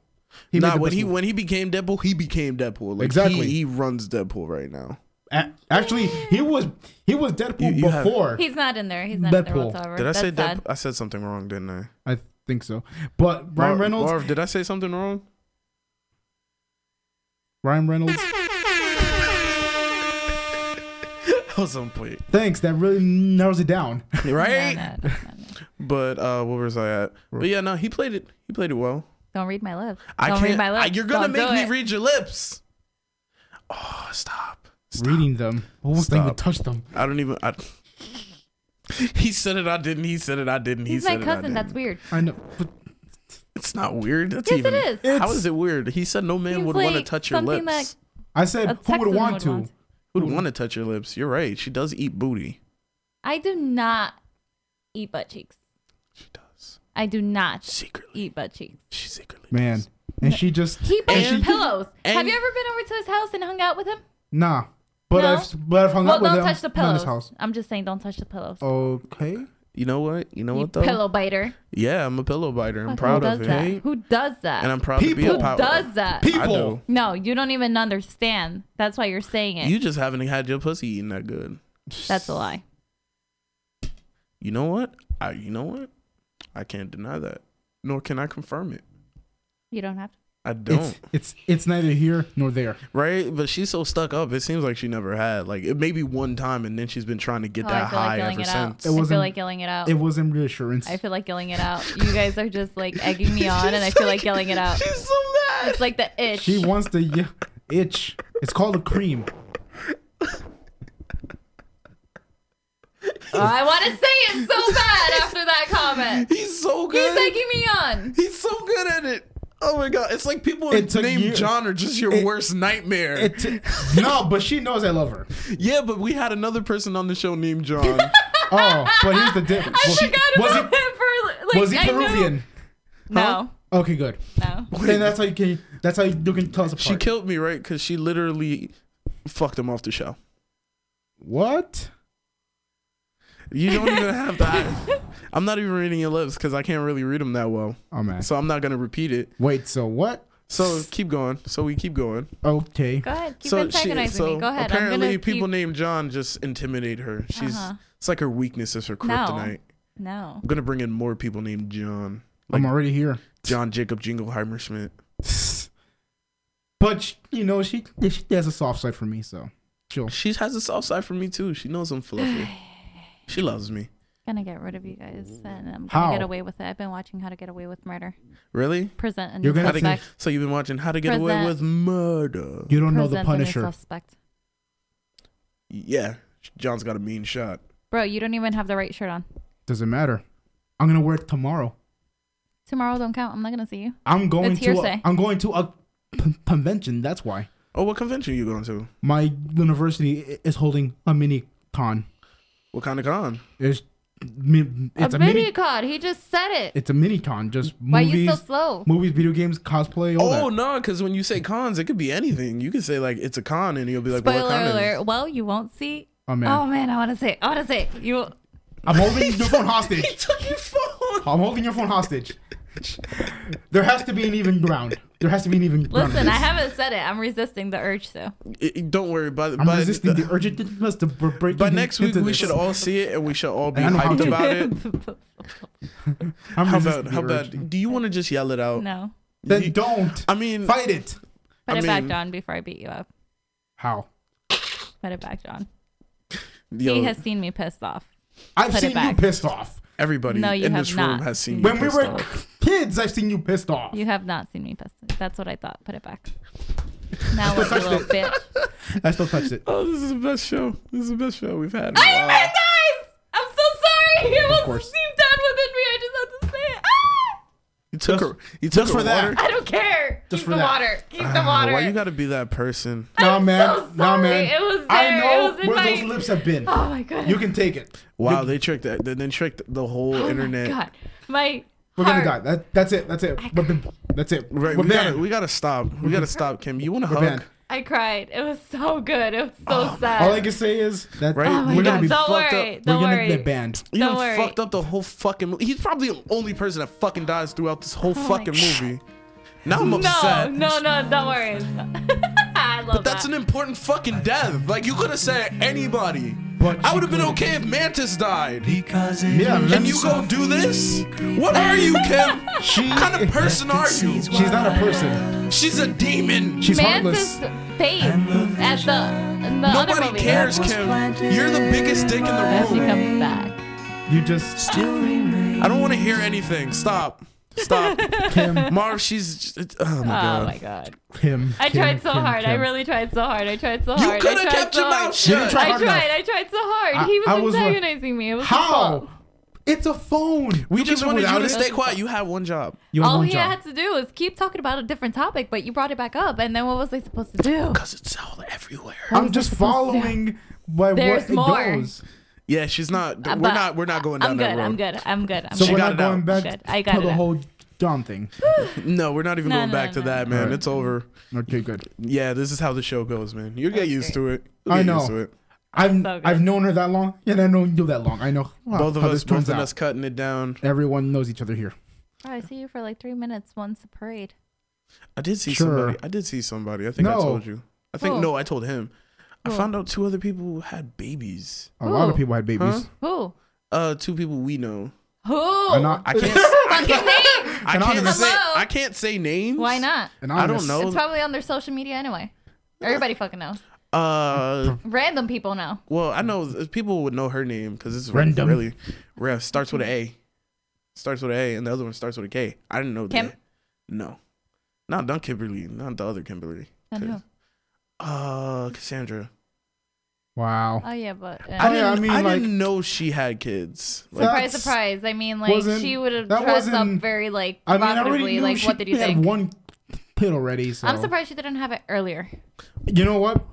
C: He made
A: Nah,
C: the
A: when
C: best
A: he
C: move.
A: when he became Deadpool, he became Deadpool. Like,
C: Exactly.
A: He, he runs Deadpool right now.
C: A- actually he was he was Deadpool
A: You- you have-
C: before.
B: He's not in there. He's not in there
C: Deadpool.
B: whatsoever.
A: Did I
B: that's
A: say
B: sad.
A: Deadpool? I said something wrong, didn't I?
C: I think so. But Ryan
A: Mar-
C: Reynolds.
A: Marv, did I say something wrong?
C: Ryan Reynolds.
A: That was on point.
C: Thanks. That really narrows it down. *laughs*
B: No,
A: Right?
B: no, no, no, no.
A: But uh what was I at? But yeah, no, he played it he played it well.
B: Don't read my lips.
A: I
B: Don't
A: can't
B: read my lips.
A: I- you're gonna
B: Don't
A: make
B: do
A: me
B: it.
A: read your lips. Oh, stop. Stop.
C: Reading them. Almost like we
A: Stop.
C: touched them.
A: I don't even I *laughs* He said it I didn't, he said it I didn't, he
B: He's my
A: said it I
B: cousin.
A: didn't.
B: That's weird.
C: I know. But
A: It's not weird. That's
B: Yes, it
A: even
B: is.
A: How is it weird? He said no man
B: Seems
A: would want
B: like
A: to touch your
B: something
A: lips.
C: I
B: A
C: said, who
B: Texan
C: would want to?
A: Who'd want to touch your lips? You're right. She does eat booty.
B: I do not eat butt cheeks.
A: She does.
B: I do not
A: Secretly.
B: eat butt cheeks.
A: She secretly
C: Man.
A: does.
C: And she just.
B: He buys
A: And-
B: pillows. Have
A: and-
B: you ever been over to his house and hung out with him?
C: Nah. But
B: No.
C: I've but I've hung
B: Well,
C: out with
B: don't
C: him
B: touch the
C: around his
B: pillows.
C: house. Oh,
B: I'm just saying, don't touch the pillows.
C: Okay.
A: You know what? You know
B: you
A: what though?
B: pillow biter.
A: Yeah, I'm a pillow biter. I'm
B: Fuck,
A: proud
B: who
A: of
B: does
A: it.
B: that? Who does that?
A: And I'm proud to be a
C: People.
A: power.
B: Who does that?
C: People.
A: I do.
B: No, you don't even understand. That's why you're saying it.
A: You just haven't had your pussy eaten that good.
B: That's a lie.
A: You know what? I you know what? I can't deny that. Nor can I confirm it.
B: You don't have to.
A: I don't.
C: It's it's it's neither here nor there.
A: right? But she's so stuck up. It seems like she never had. Like it maybe one time, and then she's been trying to get
B: Oh, I
A: that
B: feel like
A: high
B: yelling
A: ever
B: it out.
A: since.
C: It
B: I feel
C: wasn't-
B: like yelling it out.
C: It wasn't reassurance.
B: I feel like yelling it out. You guys are just like egging
A: *laughs*
B: me on, and I feel like yelling it out.
A: She's so mad.
B: It's like the itch.
C: she wants to ye- itch. It's called a cream.
B: Oh, I want to say it so bad after that comment.
A: *laughs* He's so
B: He's
A: good.
B: egging me on.
A: He's so good at it. Oh my god! It's like people
C: It took
A: named
C: you-
A: John are just your worst nightmare.
C: It no, but she knows I love her.
A: yeah, but we had another person on the show named John.
C: Oh, but here's the difference.
B: I
C: Was he-
B: forgot
C: was
B: about
C: he-
B: him for like
C: was he
B: I knew-
C: Peruvian?
B: No,
C: Okay, good.
B: no.
C: And that's how you can. That's how you can tell us apart.
A: she killed me, right? Because she literally fucked him off the show.
C: what?
A: You don't even have that. I'm not even reading your lips because I can't really read them that well.
C: Oh man.
A: So I'm not gonna repeat it.
C: Wait. So what?
A: So keep going. So we keep going.
C: Okay.
B: Go ahead. Keep
A: so she-
B: antagonizing
A: so
B: me. Go ahead. I'm
A: Apparently,
B: gonna
A: people
B: keep...
A: named John just intimidate her. She's
B: Uh-huh.
A: it's like her weakness is her kryptonite.
B: No.
A: I'm gonna bring in more people named John, like
C: I'm already here.
A: John Jacob Jingleheimer Schmidt.
C: *sighs* But sh- you know she she has a soft side for me, so chill.
A: She has a soft side for me too. She knows
B: *sighs*
A: I'm fluffy. she loves me.
B: gonna get rid of you guys, and I'm gonna
C: How?
B: get away with it. I've been watching How to Get Away with Murder.
A: Really?
B: Present a new
C: You're gonna
A: How to
B: suspect.
A: get, so you've been watching How to Get Away
B: Present.
A: with Murder.
C: You don't know the
B: Present a new
C: Punisher.
B: suspect.
A: Yeah, John's got a mean shot.
B: Bro, you don't even have the right shirt on.
C: Doesn't matter. I'm gonna wear it tomorrow.
B: Tomorrow don't count. I'm not gonna see you.
C: I'm going
B: It's
C: to.
B: hearsay.
C: A, I'm going to a p- convention. That's why
A: Oh, what convention you going to?
C: my university i- is holding a mini con.
A: What kind of con?
C: It's mi- it's a,
B: a,
C: mini.
B: mini cod. He just said it.
C: It's a mini con. Just
B: Why
C: movies,
B: are you so slow?
C: movies, video games, cosplay, all
A: Oh
C: that.
A: no, because when you say cons, it could be anything. You could say like it's a con, and you'll be like, well, what
B: Spoiler
A: con is it?
B: alert. Well, you won't see.
C: Oh man,
B: Oh man, I want to say. it. I want to say it. you. won't-
C: I'm holding your phone
A: *laughs* He
C: hostage.
A: took your phone.
C: I'm holding your phone hostage. There has to be an even ground. There has to be an even ground.
B: Listen, I haven't said it. I'm resisting the urge though.
A: I- I- don't worry. By
C: I'm
A: by,
C: resisting the urgentness to b- break.
A: by
C: in-
A: next week,
C: into
A: we
C: this.
A: should all see it, and we should all be
C: I know how
A: hyped
C: to.
A: about
C: *laughs*
A: it.
C: I'm
A: How
C: resisting
A: about
C: the
A: how
C: urge.
A: about? Do you want to just yell it
B: *laughs*
A: out?
B: no,
C: Then
A: You-
C: don't
A: I mean,
C: fight it.
B: put
A: I
B: it back,
A: mean-
B: John, before I beat you up.
C: How?
B: Put it back, John.
A: yo,
B: He has seen me pissed off.
C: I've
B: Put it
C: seen you
B: back.
C: pissed off.
A: everybody
B: No, you
A: in
B: have
A: this room
B: not.
A: has seen.
C: When
A: you
C: we
A: pissed
C: were
A: off.
C: kids, I've seen you pissed off.
B: You have not seen me pissed. That's what I thought. Put it back. Now what, you little bitch?
C: *laughs* I still touched
B: *laughs*
C: it.
A: Oh, this is the best show. This is the best show we've had.
B: I am bad guys. I'm so sorry. It
C: course.
B: was deep down within me. I just had to say it. Ah!
A: You took
C: Just-
A: her. You took
C: just
A: her
C: for that.
A: water.
B: I don't care.
C: Just
B: Keep
C: for
B: the
C: that.
B: water. Keep the
A: Ah,
B: water.
A: Why you gotta be that person?
C: Nah, man.
B: so
C: Nah,
B: sorry.
C: man.
B: It was
C: I
B: there.
C: know
B: It was in
C: where
B: my-
C: those lips have been.
B: Oh my goodness.
C: You can take it.
A: Wow, they tricked that. They then tricked the whole
B: oh
A: internet.
B: My God. My
C: We're
B: heart.
C: gonna die. That, that's it. That's it. We're banned. That's it.
A: Right,
C: We're
A: we gotta,
C: banned.
A: we gotta stop. We gotta stop, Kim. You want to
C: We're
A: hug?
C: banned.
B: I cried. It was so good. It was so sad.
C: Ah. All I can say is that
A: Right? Oh my
C: we're
A: God.
C: gonna be
B: don't
A: fucked
B: worry.
A: up. We're
B: Don't
C: we're
B: worry.
C: gonna
B: *laughs*
C: get banned.
A: You
B: Don't
A: done
B: worry.
A: fucked up the whole fucking. Mo- He's probably the only person that fucking dies throughout this whole
B: Oh my
A: fucking
B: God.
A: movie. Now I'm
B: No,
A: upset.
B: no, no. Don't worry. *laughs* I love
A: That's
B: that.
A: an important fucking death. Like you could have said anybody.
C: But
A: I
C: you
A: would have been
C: couldn't.
A: okay if Mantis died.
D: Because it
C: Yeah,
D: is
A: And
C: Mantis-
A: you go do this? What are you, Kim?
C: She
A: What kind of person are
B: *laughs*
A: you?
C: She's not a person.
A: She's a demon.
C: She's
B: Mantis'
C: heartless.
B: face at the, in the other
A: Nobody
B: movie.
A: cares, Kim. You're the biggest dick in
B: As she
A: the room.
B: comes back. *laughs*
C: You just
D: still remains.
A: I don't want to hear anything. Stop. *laughs* Stop.
C: Kim,
A: Marv, she's. just- Oh my
B: Oh
A: god.
B: my god.
C: Kim.
B: I
C: Kim,
B: tried so
C: Kim,
B: hard. I
C: Kim.
B: really tried so hard. I tried so
A: You
B: hard. I
A: could have
B: tried
A: kept
B: so
A: your
B: hard.
A: mouth
C: You didn't
A: shut.
C: try
B: I
C: hard enough.
B: tried. I tried so hard.
C: I-
B: he was,
C: I was like-
B: antagonizing me. It was his fault.
C: How? It's a phone.
A: We
C: You
A: just
C: live
A: wanted you
C: without
A: to
C: it.
A: stay quiet. You had one job.
C: You have
B: All
C: one
B: he
C: job.
B: had to do was keep talking about a different topic, but you brought it back up. And then what was I supposed to do?
A: Because it's all everywhere.
C: I'm
B: was I
C: just
B: supposed to do?
C: following by
B: There's
C: what
B: more.
C: it goes.
A: Yeah, she's not.
B: Uh,
A: we're
B: but
A: not. We're not going down
B: I'm
A: that
B: good.
A: road.
B: I'm good. I'm good. I'm
C: So
A: She
C: we're
B: good.
A: got
C: not
A: it out.
C: going
B: Good.
C: back
B: I got
C: to
B: it
C: the
B: out.
C: whole John thing.
A: No, we're not even
B: No,
A: going
B: no,
A: back to
B: no,
A: that,
C: no.
A: man.
C: Alright.
A: It's over.
C: Okay, good.
A: Yeah, this is how the show goes, man. You get
B: That's great.
A: used to it. You'll
C: I
A: get
C: know.
A: used to it.
C: I've
B: So good.
C: I've known her that long, and I know you that long. I know how-
A: Both of
C: how
A: us,
C: this
A: both
C: turns
A: of
C: out.
A: us, cutting it down.
C: Everyone knows each other here.
B: Oh, I see you for like three minutes once a parade.
A: I did see
C: Sure.
A: somebody. I did see somebody. I think I
C: No.
A: told you. I think
B: Who?
A: no, I told him. I
B: Who?
A: found out two other people had babies.
C: A lot of
B: Ooh.
C: people had babies.
A: Huh?
B: Who?
A: Uh, two people we know.
B: Who?
C: I'm not- *laughs*
A: I can't. I
B: Fucking name.
A: I can't
C: Anonymous.
A: say.
B: Hello?
A: I can't say names.
B: Why not?
A: I don't
C: Anonymous.
A: know.
B: It's probably on their social media anyway. Everybody fucking knows.
A: Uh,
B: Random people know.
A: well, I know th- people would know her name because it's
C: Random.
A: really rare. Starts with an A. Starts with an A, and the other one starts with a K. I didn't know
B: Kim?
A: that. No, not not Kimberly, not the other Kimberly.
B: Then who?
A: Uh, Cassandra.
C: Wow.
B: Oh yeah, but uh,
A: I
C: Oh, yeah,
A: didn't.
C: I
A: I,
C: mean, like-
A: didn't know she had kids. Like,
B: surprise,
C: That's-
B: surprise. I mean, like
C: wasn't-
B: she would have
C: that
B: dressed up
C: wasn't-
B: very like
C: I mean, I
B: provocatively.
C: already knew
B: like,
C: she
B: what did you
C: had
B: think?
C: one kid already. So
B: I'm surprised she didn't have it earlier.
C: You know what?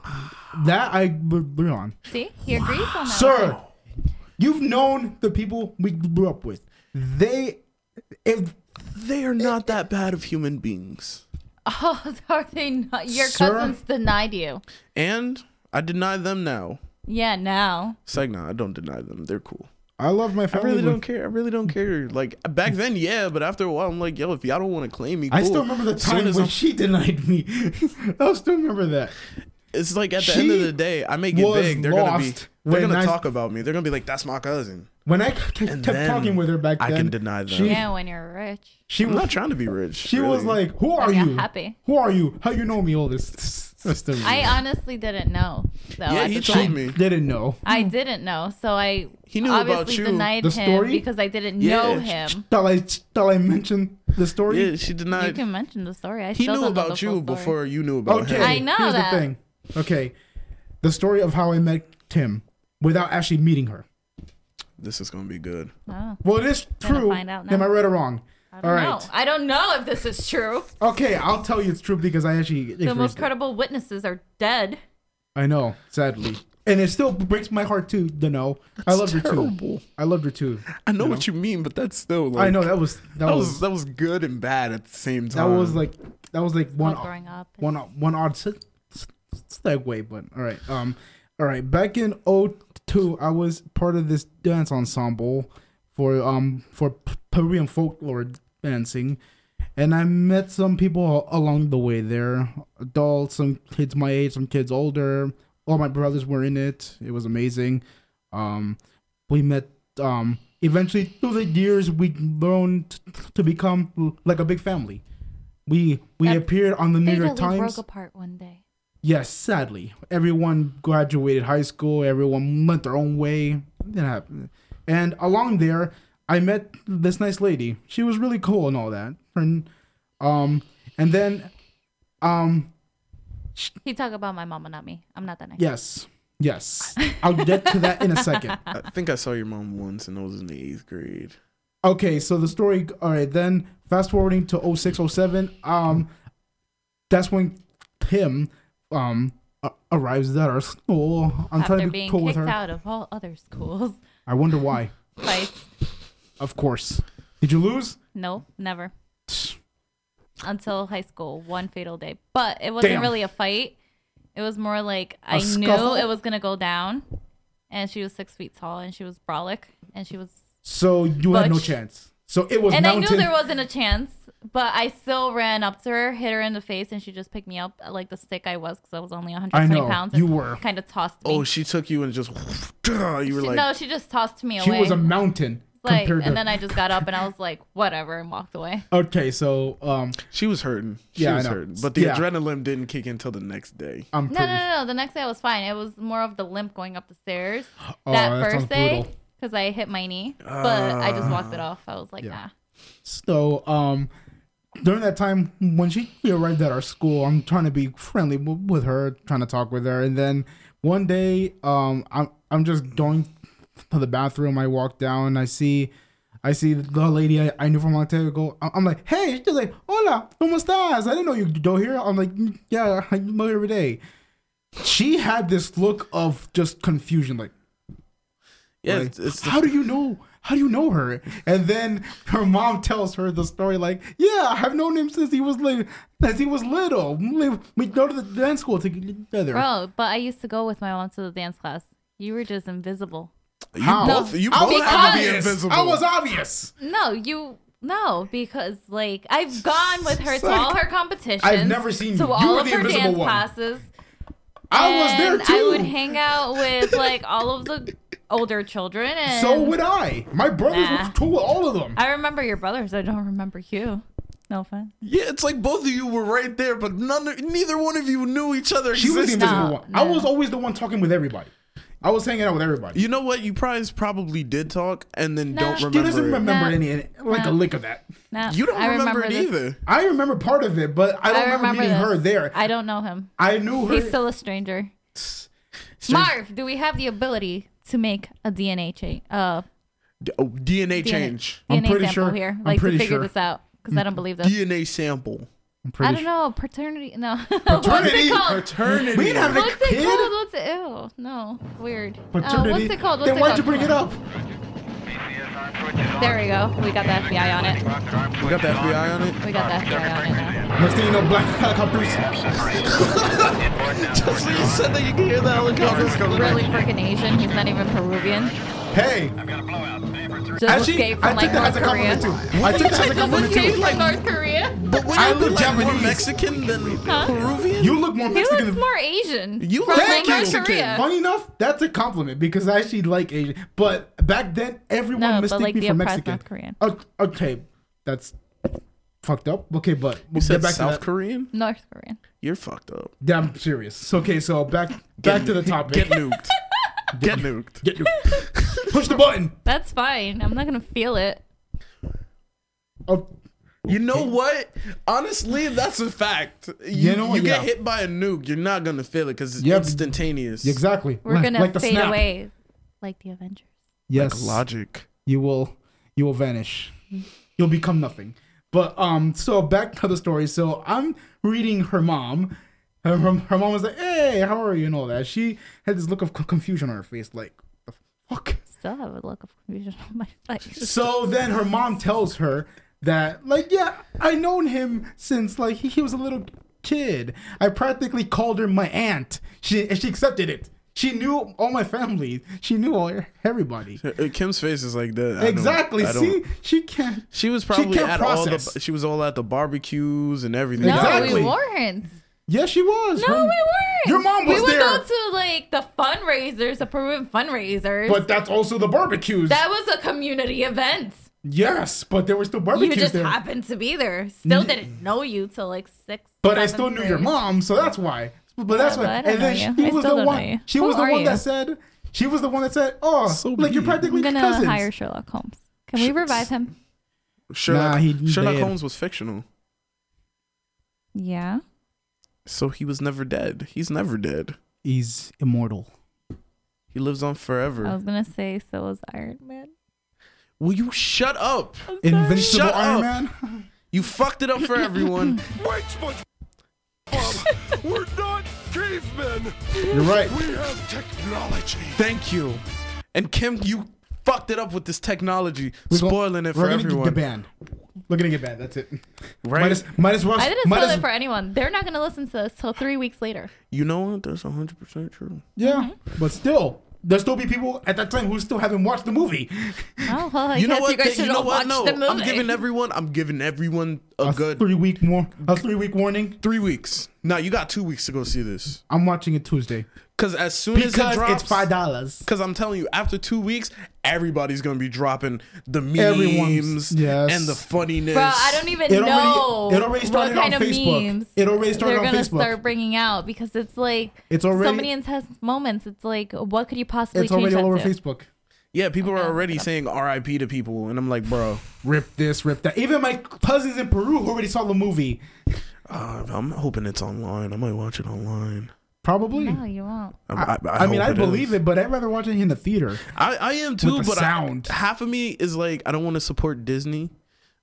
C: That I bring on,
B: See, he agrees on that.
C: sir. You've known the people we grew up with. They, if
A: they are not that bad of human beings.
B: *laughs* Oh, are they not? Your
C: Sir?
B: cousins denied you.
A: And I deny them now.
B: Yeah, now.
A: It's like, nah, I don't deny them. They're cool.
C: I love my
A: I
C: family.
A: really
C: when-
A: don't care. I really don't care. Like back then, yeah, but after a while, I'm like, yo, if y'all don't want to claim me, cool.
C: I still remember the
A: As soon
C: time
A: as
C: when
A: I'm-
C: she denied me. *laughs* I still remember that.
A: it's like at the end of
C: she
A: the day, I may get
C: was
A: big. They're gonna be.
C: lost
A: They're
C: when
A: gonna
C: I-
A: talk about me. They're gonna be like, that's my cousin.
C: When I c-
A: And
C: kept
A: then
C: talking with her back
A: I
C: then,
A: can deny them.
C: She,
B: Yeah, when you're rich.
C: she
A: I'm
C: was
A: not trying to be rich.
C: she was
A: really.
C: like, "Who are
B: When you're
C: you?
B: happy.
C: Who are you? How you know me? All this." *laughs* That's still
B: I uh, honestly didn't know. Though,
A: yeah,
B: at
A: he
B: the
A: told
B: time.
A: me.
C: didn't know.
B: I didn't know, so I
A: He knew about
B: obviously
A: you.
B: denied
C: The
B: him
C: story?
B: because I didn't
A: Yeah.
B: know him.
C: Shall I shall I mention the story?
A: Yeah, she
B: You
C: Uh,
A: denied.
B: can mention the story. I
A: He
B: still
A: knew
B: don't know the
A: about you
B: full story.
A: before you knew about
C: Okay,
A: him.
B: I know
C: here's
B: that.
C: the thing. Okay, the story of how I met Tim without actually meeting her.
A: This is gonna be good.
B: Oh,
C: Well, it is
B: Gonna
C: true.
B: find out now.
C: Am I right or wrong?
B: I
C: All
B: don't
C: right.
B: know. I don't know if this is true.
C: Okay, I'll tell you it's true because I actually
B: The most
C: experienced it.
B: credible witnesses are dead.
C: I know, sadly. And it still breaks my heart too, to know. I love her too.
A: terrible.
C: I loved her too.
A: I know what you mean, but that's still. Like,
C: I know that was that,
A: That was
C: was,
A: that was good and bad at the same
C: Oh. that
A: time. *laughs*
C: was like that was like one
B: Not growing up.
C: one one odd se- se- segue, but all right. Um, all right. Back in 02, I was part of this dance ensemble for um for P- Peruvian folklore dancing, and I met some people a- along the way there. Adults, some kids my age, some kids older. All my brothers were in it. It was amazing. Um, we met. Um, eventually through the years, we grown t- to become l- like a big family. We we
B: That-
C: appeared on the New
B: They
C: York
B: really
C: Times.
B: broke apart one day.
C: Yes, sadly, everyone graduated high school. Everyone went their own way. It happened. And along there, I met this nice lady. She was really cool and all that. And um, and then um,
B: He talk about my mama, not me. I'm not that nice.
C: yes, yes, I'll get to that in a
B: *laughs*
C: second.
A: I think I saw your mom once, and I was in the eighth grade.
C: Okay, so the story. All right, then fast forwarding to 06, 07, Um, that's when Tim um a- arrives at our school. I'm
B: After
C: trying to be
B: being
C: cool with
B: kicked
C: her.
B: out of all other schools, *laughs*
C: I wonder why.
B: fights.
C: Of course. Did you lose?
B: No, never. Until high school, one fatal day. But it wasn't
C: Damn.
B: really a fight. It was more like I
C: scuffle?
B: knew it was gonna go down, and she was six feet tall, and she was brolic, and she was.
C: So you had no
B: Butch.
C: chance. So it was
B: And I knew
C: mountain.
B: there wasn't a chance, but I still ran up to her, hit her in the face, and she just picked me up uh, like the stick I was because I was only 120
C: I know,
B: pounds.
C: you
B: and
C: were.
B: kind of tossed me.
A: Oh, she took you and just *laughs* you were
B: She-
A: like,
B: no, she just tossed me
C: she
B: away.
C: was a mountain
B: like,
C: compared
B: and
C: to.
B: then I just got up and I was like, whatever, and walked
C: *laughs*
B: away.
C: okay, so um,
A: she was hurting. She
C: Yeah, I
A: was
C: know.
A: hurting, but the
C: Yeah.
A: adrenaline didn't kick in till the next day.
C: I'm
B: No,
C: pretty.
B: no, no, no. The next day I was fine. It was more of the limp going up the stairs
C: *gasps* Oh,
B: that,
C: that sounds
B: first day
C: brutal.
B: because I hit my knee, but I just walked it
A: Ah.
B: off. I was like,
C: Yeah.
B: nah.
C: So um, during that time when she arrived at our school, I'm trying to be friendly w- with her, trying to talk with her, and then one day um, I'm I'm just going to the bathroom. I walk down, I see. I see the lady I, I knew from a long time ago. I- I'm like, hey, she's like, hola, ¿cómo estás? I didn't know you go here. I'm like, "Mm, yeah, I know you every day. She had this look of just confusion, like,
A: Yeah,
C: like,
A: it's, it's the
C: how do you know? How do you know her? And then her mom tells her the story, like, "Yeah, I've known him since he was li- since he was little. We we go to the dance school together."
B: Bro, but I used to go with my mom to the dance class. You were just invisible.
A: You
C: How?
A: both, you
C: I
A: both
C: was
A: have to be
C: obvious.
A: invisible.
C: I was obvious.
B: No, you. No, because like I've gone with her to
C: Like,
B: all her competitions.
C: I've never seen
B: to
C: you. You
B: all
C: were
B: of
C: the
B: her
C: invisible
B: dance
C: one.
B: classes.
C: I was there
B: and
C: too.
B: I would hang out with like all of the older children. And
C: *laughs* So would I. My brothers
B: Nah.
C: were cool with all of them.
B: I remember your brothers. I don't remember you. No offense.
A: Yeah, it's like both of you were right there, but none, of- neither one of you knew each other
C: She was the
A: existed.
C: invisible
B: No,
C: one. I
B: no.
C: was always the one talking with everybody. I was hanging out with everybody.
A: You know what? You probably probably did talk and then
B: No.
A: don't
B: She
A: remember.
C: She doesn't
A: it.
C: remember
B: Nah.
C: any, like
B: Nah.
C: a lick of that.
B: No,
A: You don't
B: I
A: remember, it
B: this.
A: either.
C: I remember part of it, but I don't
B: I
C: remember,
B: remember
C: meeting
B: this.
C: her there. I,
B: I don't know him.
C: knew her.
B: He's still a stranger. Marv, do we have the ability to make a DNA change? Uh,
A: D- oh,
B: DNA
A: DNA change.
C: I'm
B: DNA
C: pretty
B: sample
C: sure-
B: here.
C: I'm
B: Like
C: pretty
B: to figure
C: sure. Mm.
B: this out because I don't believe this.
A: DNA sample.
C: I'm pretty
B: I don't
C: sure.
B: know paternity. No, *laughs* what's
C: Paternity.
B: it called?
A: Paternity.
C: We didn't have
B: What's
C: a
B: it
C: kid.
B: called? What's it? Ew, no, weird. Uh,
C: Paternity.
B: what's it called? What's
C: then
B: it
C: why'd
B: called?
C: you bring it up?
B: There we go. We got the FBI on it.
A: We got the FBI on it.
B: We got the FBI on it now.
C: Next thing you know, black *laughs* helicopters.
A: Just when you said that you could hear the helicopters coming.
B: Really freaking Asian. He's not even Peruvian.
C: Hey,
B: Just
C: actually,
B: escaped
C: I
B: from like
C: took that
B: North
C: as a compliment too.
B: Korea.
C: I
B: *laughs*
C: took that as a
B: Just
C: compliment
B: escaped
C: too.
B: from North Korea.
A: But when
C: I
A: you look
C: look
A: like more
C: Japanese.
A: Mexican than
B: Huh?
A: Peruvian,
C: You look more
B: He
C: Mexican
B: looks
C: than
B: more Asian.
A: You
B: from
A: look
B: like North
A: Mexican.
B: Korea.
C: Funny enough, that's a compliment because I actually like Asian. But back then, everyone
B: No, but
C: mistook
B: like
C: me
B: the
C: for
B: oppressed
C: Mexican.
B: North Korean.
C: O- Okay, that's fucked up. Okay, but we'll
A: You said
C: get back
A: South
C: to that.
A: Korean?
B: North Korean.
A: You're fucked up.
C: Yeah, I'm serious. Okay, so back back to the topic.
A: Get
C: *laughs*
A: nuked. Get nuked.
C: Get you. Push the button.
B: That's fine. I'm not gonna feel it.
C: Oh,
A: You know what? Honestly, that's a fact. You,
C: You know what?
A: you get
C: Yeah.
A: hit by a nuke, you're not gonna feel it because it's
C: Yep.
A: instantaneous.
C: exactly.
B: We're
C: Like-
B: gonna
C: like the
B: fade
C: snap.
B: away, like the Avengers.
C: Yes,
A: Logic.
C: you will. You will vanish. You'll become nothing. But um, so back to the story. So I'm reading her mom. Her, her, her mom was like, "Hey, how are you?" and all that. She had this look of c- confusion on her face, like, "The
A: *laughs*
C: fuck."
B: Still have a look of confusion on my face.
C: So then her mom tells her that, like, yeah, I known him since like he, he was a little kid. I practically called her my aunt. She and she accepted it. She knew all my family. She knew all everybody.
A: Uh, Kim's face is like that. I don't-
C: exactly.
A: I don't-
C: See, she can't.
A: she was probably
C: can't
A: at all the.
C: process.
A: She was all at the barbecues and everything.
B: no,
C: Exactly.
B: we weren't.
C: Yeah, she was.
B: No,
C: Her-
B: we weren't.
C: Your mom
B: We
C: was
B: would
C: there.
B: go to like the fundraisers, the Peruvian fundraisers.
C: But that's also the barbecues.
B: that was a community event.
C: yes, but there were still
B: You
C: barbecues
B: just
C: there.
B: happened to be there. Still didn't know you till like six.
C: But I
B: seventh
C: still knew
B: grade.
C: your mom, so that's why. But that's
B: but
C: why.
B: I don't
C: And then
B: know you.
C: she
B: I still
C: was the
B: don't know you.
C: one. She was
B: Who
C: the
B: are
C: one
B: you?
C: that said. She was the one that said, "Oh,
A: So
C: like you're
A: mean.
C: practically
B: I'm gonna
C: cousins."
B: hire Sherlock Holmes. Can we revive him?
A: Sherlock,
C: Nah, he
A: Sherlock
C: dead.
A: Holmes was fictional,
B: Yeah.
A: so he was never dead. He's never dead.
C: He's immortal.
A: He lives on forever.
B: I was gonna say so was Iron Man.
A: Will you shut up?
C: Invincible
A: Shut
C: Iron
A: up.
C: Man.
A: You fucked it up
B: *laughs*
A: for everyone.
D: Wait, SpongeBob! We're not cavemen!
C: You're right.
D: We have technology!
A: Thank you. And Kim, you fucked it up with this technology,
C: We're gon-
A: spoiling it for
C: we're gonna
A: everyone.
C: Get the band. We're gonna get banned. That's it.
A: Right?
C: Might as, might as well.
B: I didn't
C: might
B: spoil
C: as-
B: it for anyone. They're not gonna listen to this till three weeks later.
A: You know what? That's 100% true.
C: Yeah,
B: Mm-hmm.
C: but still, there'll still be people at that time who still haven't watched the movie.
B: *laughs* Oh well, I
A: you know
B: guess
A: what?
B: you guys
A: They-
B: should have watched
A: No,
B: the movie.
A: I'm giving everyone. I'm giving everyone a
C: A
A: good
C: three week more. A three week warning.
A: three weeks. No, you got two weeks to go see this.
C: I'm watching it Tuesday
A: Because as soon
C: because
A: as it drops,
C: it's five dollars.
A: Because I'm telling you, after two weeks, everybody's gonna be dropping the memes
C: Everyone's- yes.
A: and the funniness.
B: Bro, I don't even
C: It already-
B: know
C: it already started
B: what kind
C: on
B: of
C: Facebook.
B: memes
C: It already started
B: they're
C: on
B: gonna
C: Facebook.
B: start bringing out because it's like
C: It's already-
B: so many intense moments. It's like what could you possibly
C: It's
B: change
C: already
B: that
C: all over
B: to?
C: Facebook.
A: Yeah, people are already saying R.I.P. to people, and I'm like, bro,
C: Rip this, rip that. Even my cousins in Peru who already saw the movie.
A: uh, I'm hoping it's online. I might watch it online.
C: Probably.
B: No, you won't.
C: I, I mean, I believe it, but I'd rather watch it in the theater.
A: I, I am too,
C: the
A: but I-
C: sound.
A: half of me is like, I don't want to support Disney.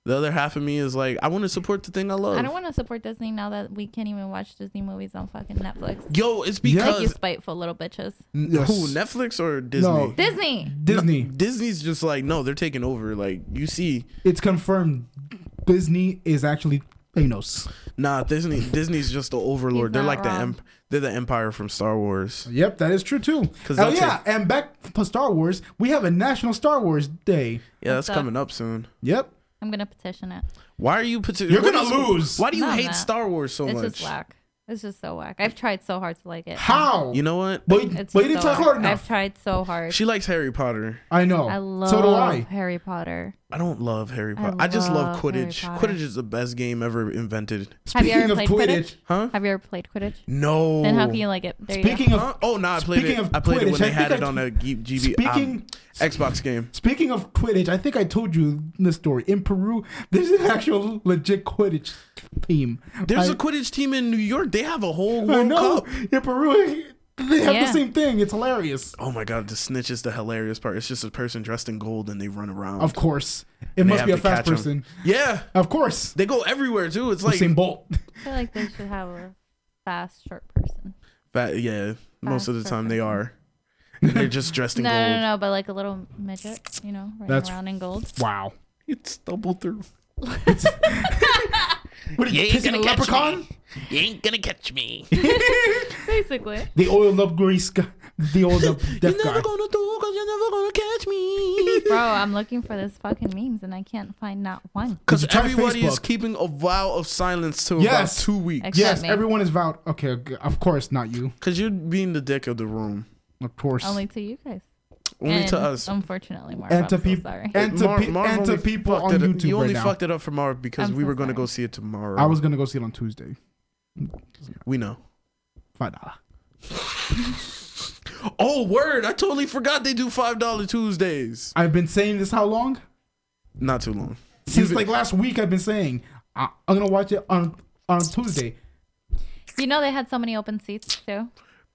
A: The other half of me is like, I want to support the thing I love.
B: I don't want to support Disney now that we can't even watch Disney movies on fucking Netflix.
A: Yo, it's
B: Like you
A: because
B: spiteful little bitches.
C: Yes.
A: who Netflix or Disney?
C: No.
B: Disney.
C: Disney.
A: Disney's just like, no, they're taking over. Like you see,
C: It's confirmed. Disney is actually Thanos.
A: nah, Disney. Disney's just the overlord.
B: He's
A: They're
B: not
A: like the
B: wrong.
A: emp- they're the empire from Star Wars.
C: Yep, that is true too.
A: 'Cause
C: Oh
A: that's
C: yeah, and back to Star Wars, we have a National Star Wars Day.
A: Yeah,
B: What's
A: that's
B: up?
A: coming up soon.
C: Yep.
B: I'm gonna petition it.
A: Why are you particular?
C: You're gonna lose.
A: Why do you
B: No, I'm
A: hate
B: not.
A: Star Wars so
B: It's
A: much?
B: just whack. It's just so whack. I've tried so hard to like it.
C: How?
A: You know what?
C: But,
B: It's
C: but you didn't
B: so
C: try
B: whack.
C: hard enough.
B: I've tried so hard.
A: She likes Harry Potter.
C: I know.
B: I love
C: so do I.
B: Harry Potter.
A: I don't love Harry
B: I
A: Potter. I, just
B: love
A: love
B: Harry
A: Quidditch.
B: Potter.
A: Quidditch is the best game ever invented.
B: Have you
C: Speaking
B: ever
C: of
B: played
C: Quidditch,
B: Quidditch?
A: Huh?
B: Have you ever played Quidditch?
A: No.
B: Then how can you like it? There you
C: speaking
A: Huh?
C: of
A: Oh no! I played
C: Speaking
A: it.
C: of
A: I played it
C: Quidditch,
A: when
C: I
A: they had
C: think
A: it
C: I-
A: on a G- GB um,
C: speaking
A: Xbox game.
C: speaking of Quidditch, I think I told you this story. In Peru, there's an actual legit Quidditch team.
A: There's
C: I-
A: a Quidditch team in New York. They have a whole
C: *laughs* I
A: World
C: know.
A: Cup.
C: In Peru, they have
B: Yeah.
C: the same thing. It's hilarious.
A: Oh my god! The snitch is the hilarious part. It's just a person dressed in gold and they run around.
C: Of course, it
A: They
C: must
A: have
C: be a
A: to
C: fast
A: catch 'em.
C: person.
A: Yeah,
C: Of course,
A: they go everywhere too. It's like *laughs*
C: Usain Bolt.
B: go. I feel like they should have a fast, short person.
A: Fa- yeah, most of the
B: Faster
A: time they are. And they're just dressed in
B: No,
A: gold.
B: no, no, but like a little midget, you know, running
C: That's-
B: around in gold.
C: Wow.
A: You stumble through.
C: *laughs* What are you
E: ain't
C: kissing a
E: gonna catch
C: leprechaun?
E: You ain't gonna catch me.
A: *laughs*
B: Basically.
C: *laughs* The oiled up grease guy. The oiled up deaf
A: You're
C: guy.
A: never gonna do because you're never gonna catch
C: *laughs*
A: me.
B: Bro, I'm looking for this fucking memes and I can't find not one.
A: Because
C: you try
A: everybody is
C: Facebook?
A: keeping a vow of silence to
C: Yes.
A: about two weeks.
B: Except
C: Yes,
B: me.
C: everyone is vowed. Okay, okay, of course not you.
A: Because you're being the dick of the room.
C: Of course.
B: Only to you guys.
A: Only
B: and um,
A: to us.
B: Unfortunately, Marv.
C: and to
B: I'm so
C: people
B: sorry.
C: and to,
A: Marv-
C: pe-
A: Marv
C: and to
A: only
C: people
A: fucked
C: on
A: it up-
C: YouTube
A: You only
C: right now.
A: fucked it up for Marv because
B: I'm
A: we
B: so
A: were going to go
B: sorry.
A: see it tomorrow.
C: I was gonna go see it on Tuesday.
A: we know.
C: Five dollar.
A: Oh, word. I totally forgot they do $5 Tuesdays.
C: I've been saying this how long?
A: Not too long.
C: Since
A: been-
C: like last week, I've been saying I- I'm gonna watch it on on Tuesday.
B: You know they had so many open seats too.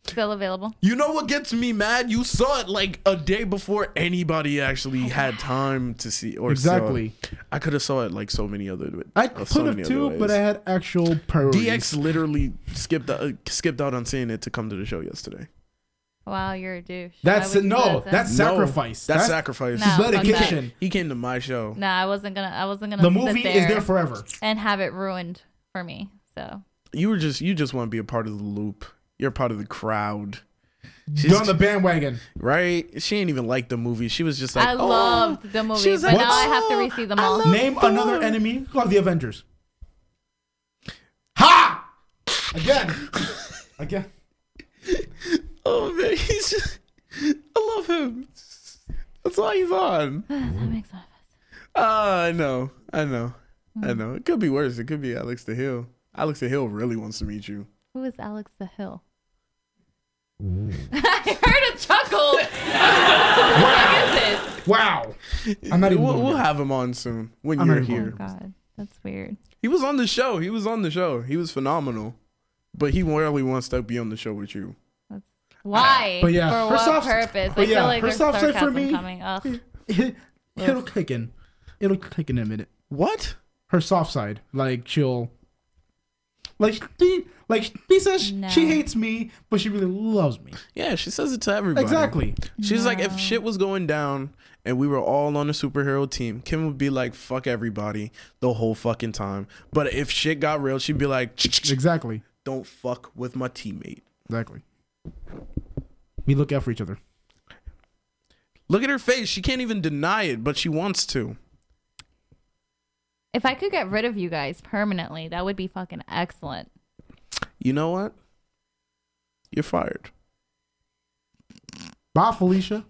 B: Still available.
A: You know what gets me mad? You saw it like a day before anybody actually had time to see or saw it.
C: Oh, Exactly.
A: I could have saw it like so many other.
C: I
A: uh,
C: could
A: so
C: have
A: many other
C: too,
A: ways.
C: but I had actual priorities.
A: DX literally skipped uh, skipped out on seeing it to come to the show yesterday.
B: Wow, you're a douche.
C: That's
B: Why would you do
C: no.
B: that to-
C: That's sacrifice.
A: No, that's,
C: That's-
A: sacrifice.
B: No, fuck
C: dedication.
A: He came to my show.
B: Nah, I wasn't gonna. I wasn't gonna.
C: The
B: sit
C: movie
B: there
C: is there forever.
B: and have it ruined for me. So
A: You were just you just want to be a part of the loop. You're part of the crowd. She's,
C: You're on the bandwagon.
A: right? She ain't even like the movie. She was just like,
B: I
A: oh,
B: loved the
A: She
B: movie,
A: was
B: but
A: like,
B: now I have to
A: "Oh,
B: re-see them
A: I
B: all.
A: love-
C: Name
A: Thor.
C: another enemy of the Avengers. Ha! Again.
A: *laughs*
C: Again.
A: oh man, *laughs* he's just, I love him. That's why he's on.
B: that makes sense.
A: Uh, I know, I know, I
C: Hmm.
A: know. It could be worse. It could be Alex the Hill. Alex the Hill really wants to meet you.
B: Who is Alex the Hill? *laughs* I heard a chuckle. what
A: *laughs*
B: is
A: Oh,
B: it?
C: Wow. I'm not even
A: We'll,
C: going
A: we'll
C: there.
A: have him on soon when
C: I'm
A: you're
C: not even
B: Oh
A: here.
B: God, that's weird.
A: He was on the show. He was on the show. He was phenomenal, but he rarely wants to be on the show with you.
B: Why?
C: But yeah,
B: for
C: her
B: what
C: soft-
B: purpose?
C: but
B: I
C: yeah,
B: feel like
C: her
B: there's
C: soft side for
B: sarcasm
C: me-
B: coming. Ugh.
C: It, *laughs* it'll kick in. It'll kick in a minute.
A: What?
C: Her soft side, like she'll, like she, like she says
B: No.
C: she hates me, but she really loves me.
A: Yeah, she says it to everybody.
C: Exactly.
A: She's like, if shit was going down and we were all on a superhero team, Kim would be like, fuck everybody the whole fucking time. But if shit got real, she'd be like,
C: Exactly.
A: don't fuck with my teammate.
C: Exactly. We look out for each other.
A: Look at her face. She can't even deny it, but she wants to.
B: If I could get rid of you guys permanently, that would be fucking excellent.
A: You know what? You're fired.
C: Bye, Felicia.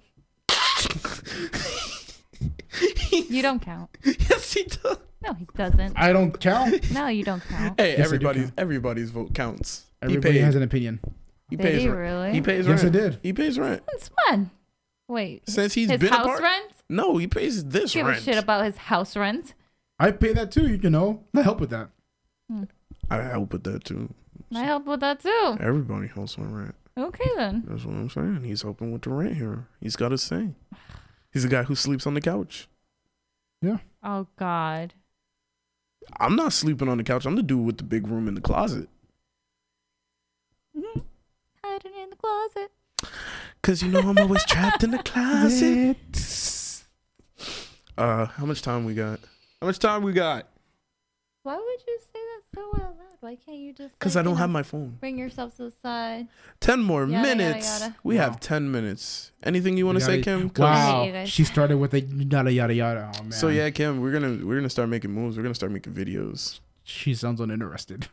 B: You don't count.
A: *laughs* yes, he does.
B: No, he doesn't.
C: I don't
A: *laughs*
C: count.
B: No, you don't count.
A: Hey,
C: I do
A: everybody's
C: count.
A: everybody's vote counts. he
C: Everybody
A: pays.
C: has an opinion.
A: He
B: Did
A: pays
B: he
A: rent.
B: really?
A: He pays
C: Yes, I
A: rent.
C: did.
A: He pays rent.
B: Since when? Wait.
A: Since he's
B: his
A: been a
B: house
A: part-
B: rent?
A: No, he pays this
B: Give
A: rent.
B: a shit about his house rent.
C: I pay that too. You know, I help with that.
A: I help with that too.
B: I help with that too.
A: Everybody helps with rent.
B: Okay then.
A: That's what I'm saying. He's helping with the rent here. He's got a say. He's the guy who sleeps on the couch.
B: Oh God.
A: I'm not sleeping on the couch. I'm the dude with the big room in the closet.
B: Hiding in the closet.
A: Cause you know I'm always trapped in the closet. Uh, how much time we got? How much time we got?
B: Why would you say that so out loud? Why can't you just?
A: Cause
B: like,
A: I don't
B: you
A: have
B: know,
A: my phone.
B: Bring yourself to the side.
A: Ten more
B: Yada, yada,
A: minutes.
B: yada.
A: We
C: Wow.
A: have ten minutes. Anything you want to say,
C: Yada-
A: Kim? 'Cause-
B: I hate you
C: Wow,
B: guys.
C: she started with a yada yada yada. Oh man.
A: So yeah, Kim, we're gonna we're gonna start making moves. We're gonna start making videos.
C: she sounds uninterested.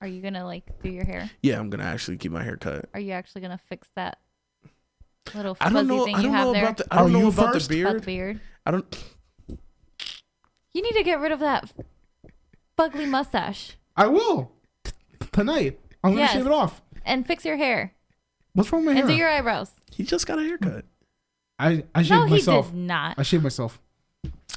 B: Are you gonna like do your hair?
A: Yeah, I'm gonna actually keep my hair cut.
B: Are you actually gonna fix that little
A: I
B: fuzzy
A: don't know.
B: thing
A: I
B: you
A: don't
B: have
A: know
B: there?
A: about the. I don't
C: Are
A: know
C: Oh, you
A: about
C: first?
A: the
B: Bug
A: beard.
B: beard.
A: I don't.
B: You need to get rid of that fugly mustache
C: I will T- tonight. I'm gonna
B: Yes.
C: shave it off.
B: and fix your hair
C: What's wrong with my
B: and do
C: hair?
B: your eyebrows.
A: He just got a haircut.
C: I I shaved
B: No, he
C: myself.
B: did not.
C: I shaved myself.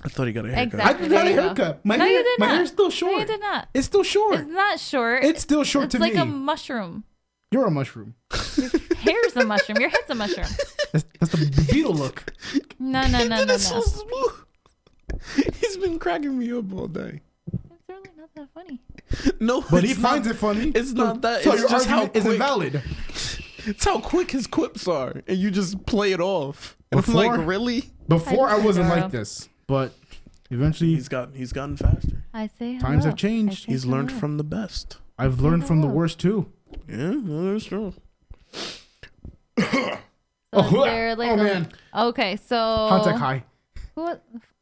A: I thought he got a haircut.
B: Exactly.
C: I did
B: There
C: not a
B: you go.
C: haircut. My
B: no,
C: hair,
B: you did
C: my
B: not.
C: hair's still short.
B: No, you did not.
C: It's still short.
B: It's not short.
C: It's still short
B: it's
C: to
B: like
C: me.
B: a mushroom.
C: You're a mushroom.
B: Hair's a mushroom. Your head's a mushroom.
C: That's, that's the
B: *laughs*
C: beetle look.
B: No, no, no,
A: He
B: no,
A: did
B: no.
A: it so smooth. *laughs* He's been cracking me up all day. *laughs*
B: It's really not that funny.
A: No,
C: But he
A: it's not-
C: finds it funny.
A: It's not that.
C: So
A: it's
C: your
A: just how
C: argument
A: quick,
C: is invalid.
A: It's how quick his quips are, and you just play it off. And
C: Before-
A: I'm like, really?
C: Before I,
B: I
C: wasn't
B: know.
C: like this, but eventually
A: He's gotten. He's gotten faster.
B: I say
C: Times have
B: hello.
C: changed.
B: I
A: He's
B: say
A: learned
B: hello.
A: from the best.
C: I've learned from the
B: hello.
C: worst too.
A: Yeah, no, that's true.
B: So is
C: Oh,
B: there, like,
C: oh,
B: a-
C: man.
B: Okay, so
C: Contact high.
B: Who-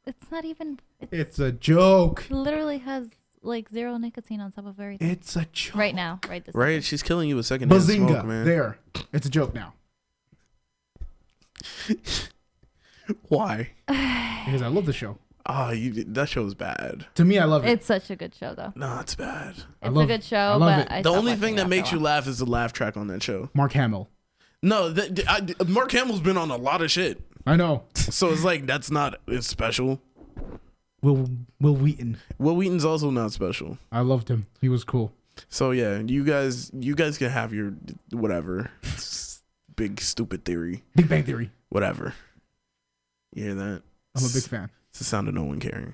B: It's not even. It
C: It's a joke.
B: literally has like zero nicotine on top of everything.
C: It's a joke.
B: Right now, right this.
A: Right? She's killing you with secondhand
C: Bazinga.
A: smoke, man.
C: there. It's a joke now
A: Why?
C: because I love the show.
A: Ah, you. That show's bad.
C: To me, I love it.
B: It's such a good show, though.
A: No, it's bad.
C: I
B: It's a
C: love-
B: good show,
C: I love
B: but
C: it.
B: I
A: the
B: stopped
A: only
B: watching
A: thing
B: it
A: that
B: after
A: makes
B: a
A: you
B: while.
A: laugh is the laugh track on that show.
C: Mark Hamill.
A: No, that, I, Mark Hamill's been on a lot of shit,
B: *laughs*
C: I know.
A: so it's like that's not it's special.
C: Will Will Wheaton.
A: Will Wheaton's also not special.
C: I loved him. He was cool.
A: So yeah, you guys, you guys can have your whatever, big stupid theory,
C: Big Bang Theory.
A: whatever. You hear that?
C: I'm a big fan.
A: It's the sound of no one caring.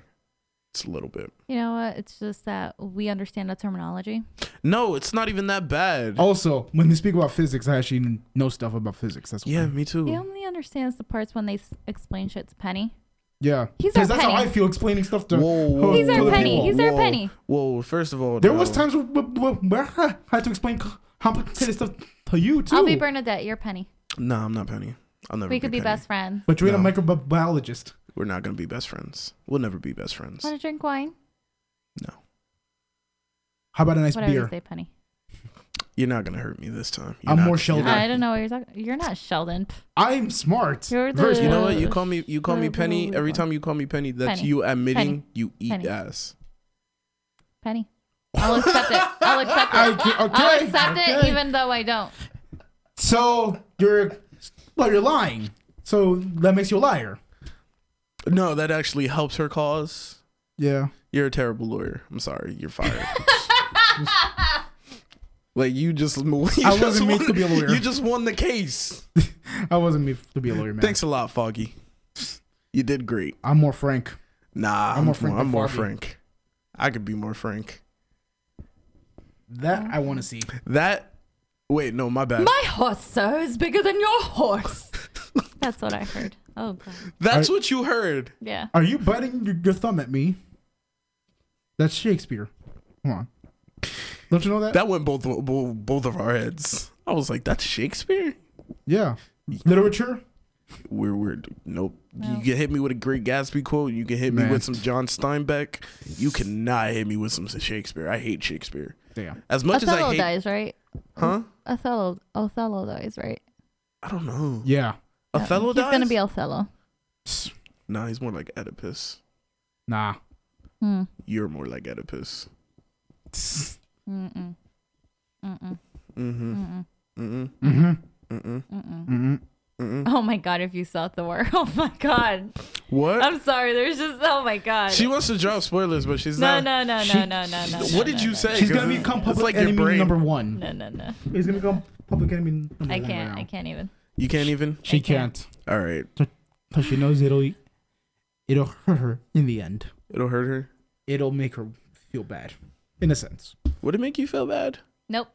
A: It's a little bit.
B: You know what? It's just that we understand the terminology.
A: No, it's not even that bad.
C: Also, when they speak about physics, I actually know stuff about physics. That's
A: yeah,
C: why.
A: me too.
B: He only understands the parts when they s- explain shit to Penny.
C: yeah.
B: He's
C: Because
B: our
C: that's how
B: penny.
C: I feel explaining stuff to.
A: Whoa, whoa,
B: He's our
C: to
A: whoa,
C: the
B: penny.
C: people.
B: He's our
A: whoa,
B: penny.
A: Whoa, first of all,
C: There
A: no.
C: was times wh- wh- where I had to explain c- complicated stuff to you too.
B: I'll be Bernadette. You're Penny.
A: No, I'm not penny. I'll never.
B: We could be
A: Penny.
B: best friends.
C: But you're
A: No.
C: a microbiologist.
A: We're not gonna be best friends. We'll never be best friends.
B: Want to drink wine?
A: No,
C: How about a nice
B: Whatever you
C: beer?
B: say, Penny.
A: you're not gonna hurt me this time. You're
C: I'm
A: not-
C: more
A: you're
C: sheltered.
A: not-
B: I don't know what you're talking. You're not Sheldon. Pff,
C: I'm smart.
B: You're the-
C: Very
A: You
B: *laughs*
C: smart.
A: know what? You call me. You call me Penny. Every time you call me Penny, that's
B: Penny.
A: you admitting
B: Penny.
A: you eat
B: Penny.
A: ass.
B: Penny. I'll
A: *laughs*
B: accept it. I'll accept it.
C: I ca- okay.
B: I'll accept it
C: okay.
B: even though I don't.
C: So you're well, you're lying. So that makes you a liar.
A: No, that actually helps her cause.
C: Yeah.
A: You're a terrible lawyer. I'm sorry. You're fired. like you just. *laughs* You just
C: wasn't meant
A: won-
C: to be a lawyer.
A: You just won the case.
C: I wasn't meant to be a lawyer, man.
A: Thanks a lot, Foggy. You did great.
C: I'm more frank.
A: Nah, I'm,
C: more
A: more
C: frank
A: frank.
C: than
A: I'm more
C: Foggy.
A: frank. I could be more frank.
C: That I want to see.
A: That. Wait, no, my bad.
B: My horse, sir, is bigger than your horse. That's what I heard. Oh god.
A: That's what you heard.
B: Yeah.
C: Are you biting your, your thumb at me? That's Shakespeare. Come on. Don't you know that?
A: That went both both, both of our heads. I was like, that's Shakespeare.
C: yeah. Literature.
A: We're weird. Nope. You can hit me with a great Gatsby quote. You can hit me
C: Man.
A: with some John Steinbeck. You cannot hit me with some Shakespeare. I hate Shakespeare.
C: Damn.
A: As much as I
B: Othello
A: hate,
B: dies, right?
A: huh?
B: Othello. Othello dies, right?
A: I don't know.
C: Yeah.
A: Othello
B: He's
A: dies.
B: gonna be Othello.
A: nah, he's more like Oedipus.
C: Nah.
B: Hmm.
A: You're more like Oedipus.
B: Mm-mm. Mm-mm.
A: Mm-hmm.
B: Mm-mm.
A: Mm-mm.
C: Mm-hmm.
A: Mm-mm.
B: Mm-mm.
C: Mm-hmm.
A: Mm-mm.
B: *laughs* Oh my god, if you saw Thor. *laughs* Oh my god.
A: What?
B: I'm sorry, there's just oh my god.
A: Uh, she wants to drop spoilers, but she's
B: no,
A: not.
B: no, no,
C: she-
B: no, no, no, no.
A: What
B: no,
A: did
B: no,
A: you
B: no.
A: say?
C: She's gonna
A: 'Cause
C: become
A: it's
C: public
A: like your
C: enemy
A: brain.
C: number one.
B: No, no,
A: *laughs*
B: no.
C: He's gonna become public enemy number
B: I
C: one right
B: can't.
C: now.
B: I can't even.
A: You can't even.
C: She
B: I can't.
C: can't.
A: All right.
C: Because she knows it'll it'll hurt her in the end.
A: It'll hurt her.
C: It'll make her feel bad, in a sense.
A: Would it make you feel bad?
B: Nope.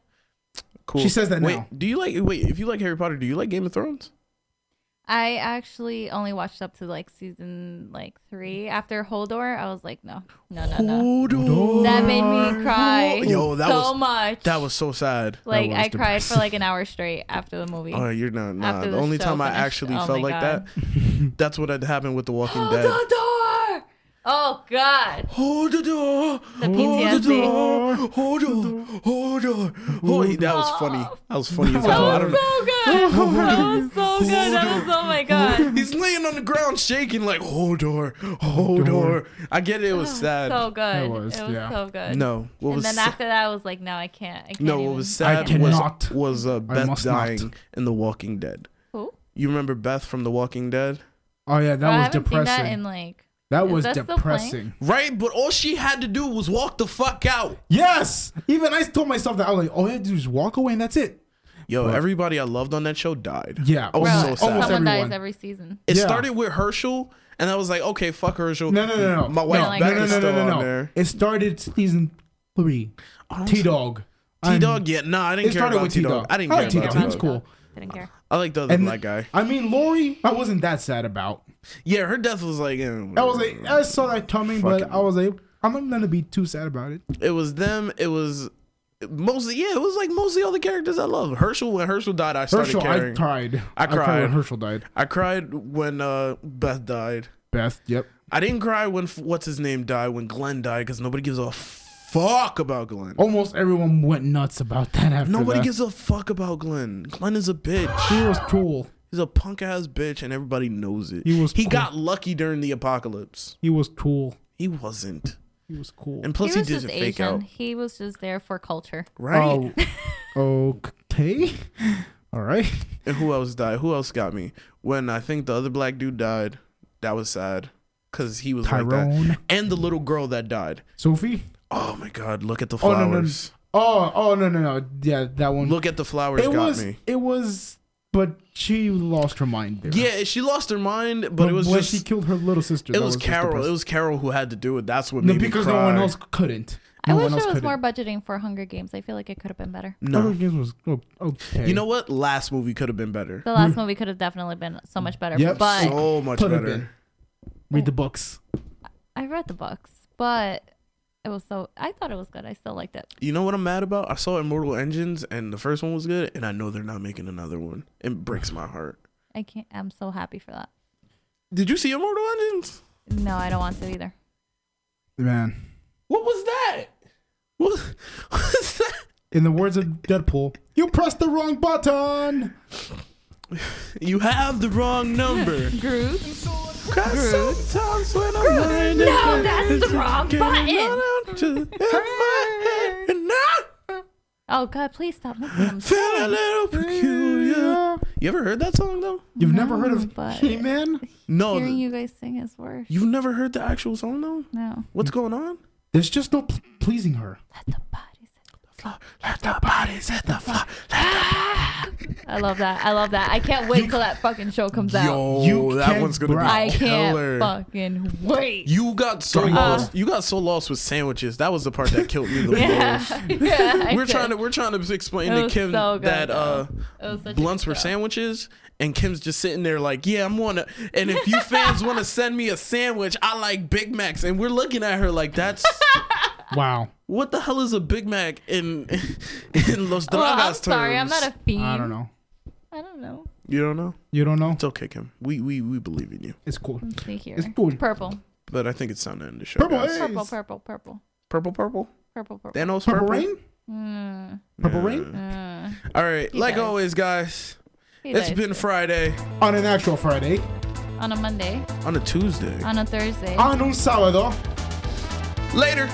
A: Cool.
C: She says that
A: wait,
C: now.
A: do you like? Wait, if you like Harry Potter, do you like Game of Thrones?
B: I actually only watched up to like season like three. After Holdor, I was like, no, no, no, no.
A: Hodor.
B: That made me cry
A: Yo, that
B: so
A: was-
B: much.
A: That was so sad.
B: like
C: was
B: I cried for like an hour straight after the movie. *gasps*
A: Oh, you're not. Nah,
B: After
A: the
B: the
A: only
B: show
A: time I
B: finished.
A: actually
B: Oh
A: felt
B: my
A: like
B: God. *gasps*
A: that, that's what had happened with The Walking Dead.
B: Holdor! Oh God.
A: Hold the door.
B: The
A: Hold the
B: PTSD.
A: door. Hold on. Hold on. Hold That was funny. That was funny as
B: Oh. That
A: hell. I
B: was
A: don't
B: so good. That
A: know.
B: was so good. That was oh my God.
A: *laughs* He's laying on the ground shaking like, hold door. Hold door. I get it. It was sad.
B: Oh, So good. It
C: was,
B: was,
C: yeah.
B: so good.
A: No. What
B: And
A: was
B: then
A: sa-
B: after that, I was like, no, I can't. I can't
A: No, what
B: even.
A: was sad
C: I cannot.
A: was, was uh, Beth
C: must not.
A: dying in The Walking Dead.
B: Who?
A: You remember Beth from The Walking Dead?
C: Oh yeah,
B: Bro, I
C: that was
B: haven't
C: depressing.
B: Seen that
C: That,
B: in like. Is
C: was
B: that still playing?
C: depressing.
A: Right? But all she had to do was walk the fuck out.
C: Yes. Even I told myself that I was like, all I had to do is walk away and that's it.
A: Yo, everybody I loved on that show died.
C: Yeah.
A: I was
B: Bro,
A: so sad.
C: almost
B: someone dies
C: everyone.
B: every season.
A: It
C: Yeah.
A: started with Herschel, and I was like, okay, fuck Herschel.
C: No, no, no, no.
A: My
C: no,
A: wife
B: Like-
A: Beth
C: no, no,
A: is
C: no,
A: still
C: no, no,
A: on
C: no.
A: there.
C: It started season three. T Dog.
A: T Dog, yeah, nah, I didn't
C: It
A: care
C: started
A: about
C: with
A: T Dog.
C: T-Dog.
A: I didn't
C: I
A: care about
C: like T-Dog.
A: T
C: That
B: Didn't
C: was
A: Dog.
B: care.
C: cool.
B: Didn't care.
A: I like the other
C: And
A: black guy.
C: I mean, Lori, I wasn't that sad about.
A: Yeah, her death was like. eh,
C: I was like, I saw that coming, but
A: Fucking-
C: I was like, I'm not gonna be too sad about it.
A: it was them. It was mostly yeah. It was like mostly all the characters I love. Herschel when Herschel died, I started
C: Herschel, I
A: caring. I,
C: cried.
A: I cried.
C: when Herschel died.
A: cried when uh, Beth died.
C: Beth, yep.
A: I didn't cry when f- what's his name died when Glenn died because nobody gives a fuck about Glenn.
C: Almost everyone went nuts about that after
A: nobody
C: that.
A: gives a fuck about Glenn. Glenn is a bitch.
C: He was cool.
A: He's a punk ass bitch, and everybody knows it.
C: He was
A: He
C: cool.
A: got lucky during the apocalypse.
C: He was cool.
A: He wasn't.
C: He was cool.
A: And
B: He
A: plus,
B: was
A: he,
B: just
A: didn't fake
B: Asian.
A: out,
B: He was just there for culture.
A: right?
C: Oh,
A: *laughs*
C: okay. All right.
A: And who else died? Who else got me? When I think the other black dude died, that was sad because he was like
C: Tyrone.
A: that. And the little girl that died.
C: Sophie.
A: Oh my God! Look at the
C: Oh no, no. no.
A: flowers.
C: Oh, oh no, no, no. Yeah, that one.
A: Look at the flowers.
C: it
A: got
C: was.
A: me.
C: It was. But she lost her mind there.
A: Yeah, she lost her mind, but,
C: But
A: it was
C: when
A: just.
C: she killed her little sister.
A: it
C: that
A: was,
C: just
A: Carol. It
C: depressing.
A: was Carol who had to do it. That's what
C: No,
A: made
C: because
A: me cry.
C: no one else couldn't.
B: I
C: No
B: wish
C: one
B: there
C: else
B: was
C: couldn't.
B: more budgeting for Hunger Games. I feel like it could have been better.
A: No.
C: Hunger Games was oh, okay.
A: You know what? Last movie could have been better.
B: The last movie could have definitely been so much better.
C: Hmm. Yep.
B: But
A: So much
C: Could have
A: better.
C: been. read the books.
B: I read the books, but it was so. I thought it was good. I still liked it.
A: You know what I'm mad about? I saw Immortal Engines and the first one was good, and I know they're not making another one. It breaks my heart.
B: I can't. I'm so happy for that.
A: Did you see Immortal Engines?
B: No, I don't want to either.
C: Man,
A: What was that? What *laughs* was that?
C: in the words of Deadpool, you pressed the wrong button.
A: You have the wrong number.
B: Groot.
A: *laughs* 'Cause sometimes when I'm lying
B: No, that's the wrong button. *laughs* Oh God! Please stop making
C: *laughs*
B: them.
A: Feel a little peculiar. You ever heard that song though?
C: You've never heard
B: No,
C: of
B: but-
C: He-Man?
A: No.
B: Hearing
A: You-
B: you guys sing is worse.
A: have never heard the actual song though?
B: No.
A: What's going on?
C: There's just no pl- pleasing her.
B: Let the bodies.
A: Let the bodies hit the floor.
B: I love that. I love that. I can't wait till that fucking show comes out.
A: Yo,
C: You
A: that
C: can't
A: one's gonna
C: brag.
B: I
A: be
B: can't
A: killer.
B: fucking wait.
A: You got so
C: Drama.
A: lost. You got so lost with sandwiches. That was the part that
B: *laughs*
A: killed me the
B: yeah.
A: most.
B: yeah I
A: We're trying to
B: could.
A: we're trying to explain
B: It
A: to
B: was
A: Kim
B: so good,
A: that uh,
B: It was such a
A: blunts
B: good
A: were
B: show.
A: sandwiches, and Kim's just sitting there like, yeah, I'm wanna. And if you
B: *laughs*
A: fans want to send me a sandwich, I like Big Macs. And we're looking at her like,
B: *laughs*
A: that's
C: Wow.
A: what the hell is a Big Mac in *laughs* in Los Dragas
B: Well, I'm
A: terms?
B: sorry. I'm not a fiend.
C: I don't know.
B: I don't know.
A: You don't know?
C: You don't know?
A: It's okay, Kim. We we we believe in you.
C: It's cool.
B: Let's see here.
C: It's cool.
B: Purple.
A: But I think it's time to end the show.
C: Purple,
A: guys.
C: hey.
B: Purple,
C: Nice.
B: purple, purple.
A: purple, purple.
B: Purple, purple.
A: Thanos,
C: Purple
A: purple.
C: Rain?
B: Mm,
C: Purple Rain?
B: mm.
A: All right,
B: You
A: like
B: guys.
A: always, guys.
B: He
A: It's
B: dies
A: been Friday
C: On an actual Friday.
B: on a Monday, Uh,
A: on a Tuesday.
B: on a Thursday.
C: On un sábado.
A: Later.